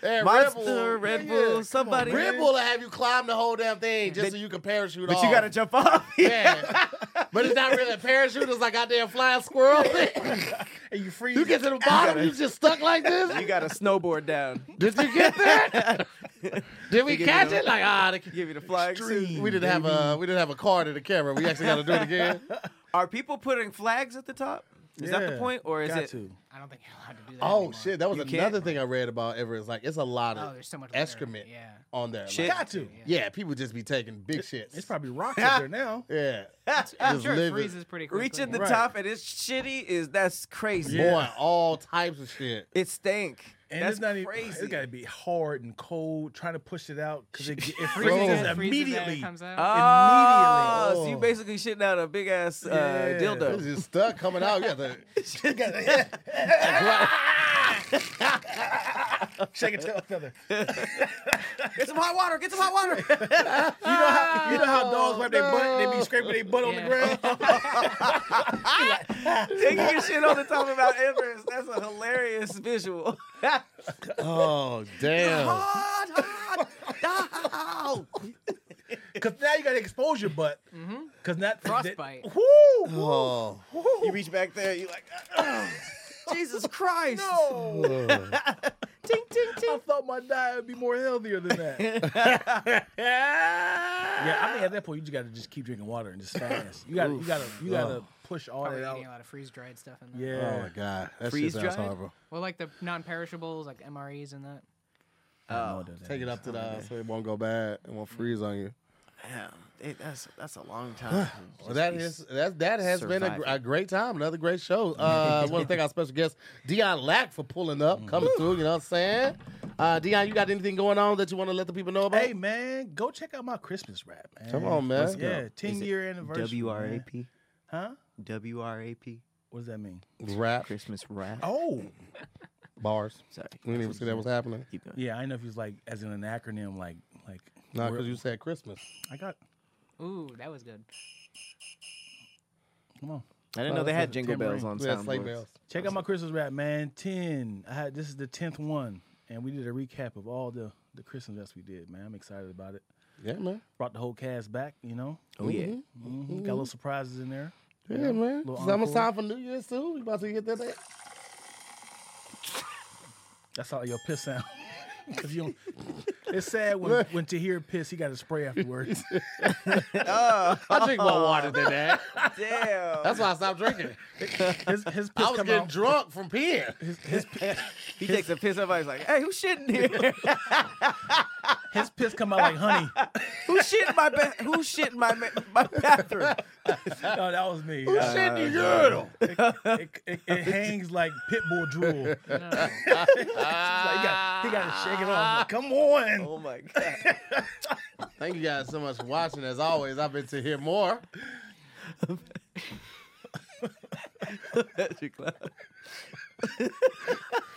A: Hey,
B: Monster,
A: Red
B: Red
A: Bull,
B: Bull, somebody.
A: Yeah, yeah. Red Bull will have you climb the whole damn thing just so you can parachute
B: But
A: off.
B: you gotta jump off.
A: Yeah. but it's not really a parachute. It's like out there flying squirrel.
C: And you freeze.
A: you get to the bottom, you just stuck like this.
B: you gotta snowboard down.
A: Did you get that? Did we
B: You get
A: catch it?
B: it.
A: Like ah, the,
B: Give you the flying suit.
A: we didn't have a we didn't have a card in the camera. We actually got to do it again.
B: Oh, Are people putting flags at the top? Is that the
C: Yeah, point,
B: point, or is
C: got
B: it?
C: to.
D: I don't think you're allowed to do that.
A: oh
D: anymore.
A: shit, that was
B: You
A: another
B: can't.
A: thing I read about Everest. Like it's a lot
D: Oh,
A: of
D: there's so much litter.
A: excrement
D: Yeah.
A: on there.
B: Shit.
A: Like,
C: Got to.
A: yeah, people just be taking big shits.
C: It's probably rocks up there now.
A: yeah.
D: I'm
A: Just
D: sure it
A: live it.
D: freezes pretty quickly.
B: Reaching the
C: Right.
B: top and it's shitty is that's crazy.
A: Boy, all types of shit.
B: It stank.
C: And
B: that's
C: it's not even.
B: crazy.
C: It's got to be hard and cold. Trying to push it out because it, it
D: Freezes
C: freezes
D: it, freezes it,
C: immediately.
D: It comes out.
B: Oh,
C: Immediately.
B: so you basically shitting out a big ass uh,
C: Yeah.
A: It's
B: dildo.
A: just stuck coming out. You have to
C: Shake it tail feather. You
B: Get some hot water. Get some hot water.
C: know how you know how dogs wipe their butt. They be scraping their butt on Oh, the
D: Oh, Yeah.
C: ground.
B: Taking your shit on the top of Mount Everest. That's a hilarious visual. hot,
A: Oh damn!
B: hot, hot.
C: Because now you got to expose your butt. Because that
D: Mm-hmm. Frostbite.
C: That, woo, woo,
A: Oh,
B: You reach back there. You like. Jesus Christ.
C: ting, ting,
D: Oh,
C: ting. I thought my diet would be more healthier than that. yeah, I mean at that point you just gotta just keep drinking water and just fast. You gotta, you gotta, you gotta push all
D: Probably
C: that out.
D: eating a lot of freeze dried stuff in there.
C: Yeah.
A: oh my god, that shit
B: Freeze
A: sounds
B: dried?
A: horrible.
D: Well, like the non perishables, like MREs and that.
B: Oh,
A: Take it up to the eye so it won't go bad. It won't freeze on you.
B: damn. It- that's, that's a long time. to
A: Well, that
B: just be
A: is that that has been a gr- a,
B: surviving.
A: great time, another great show. Uh, want to thank our special guest Dion Lack for pulling up, coming through. You know what I'm saying? Uh, Dion, you got anything going on that you want to let the people know about?
C: Hey man, go check out my Christmas rap, man.
A: Come on, man. Let's go.
C: Yeah, ten
B: Is it
C: year anniversary. man.
B: WRAP.
C: Huh?
B: WRAP.
C: What does that mean?
A: Rap
B: Christmas rap.
C: Oh.
A: bars.
B: Sorry.
A: We didn't even see that was happening.
B: Keep going.
C: Yeah, I didn't know if he was like as in an acronym, like like
A: No,
C: where-
A: because you said Christmas.
C: I got
D: Ooh, that was good.
C: come on.
B: I didn't know they had jingle bells on
A: Yeah, Slate
B: soundboards.
A: Bells.
C: Check out my Christmas rap, man. Ten. I had this is the tenth one, and we did a recap of all the the Christmas raps we did, man. I'm excited about it.
A: Yeah, man.
C: Brought the whole cast back, you know.
B: Oh yeah.
C: Mhm. Got little surprises in there.
A: Yeah, man.
C: Little
A: Summertime for New Year's too. We about to get that. that-
C: That's all your piss sound. 'Cause you don't, it's sad when when to hear piss, he got a spray afterwards.
A: I drink more water than that.
B: Damn.
A: That's why I stopped drinking.
C: His, his piss
A: I was
C: come
A: getting
C: out.
A: drunk from peeing.
B: he takes a piss. Everybody's like, "Hey, who's shitting here?
C: his piss come out like honey.
B: who's shitting my ba- who's shitting my ma- my bathroom?"
C: No, that was me.
A: Who
C: Uh,
A: shit in the urinal?
C: it, it, it hangs like pit bull drool. It's like, he, got, he got to shake it off. Like, come on.
B: Oh my god.
A: Thank you guys so much for watching. As always, I've been to hear more.
B: Patrick Cloud.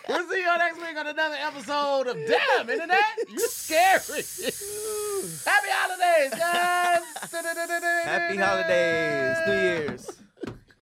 A: We'll see y'all next week on another episode of Damn Internet. You scary. Happy holidays, guys.
B: Happy holidays, New Year's.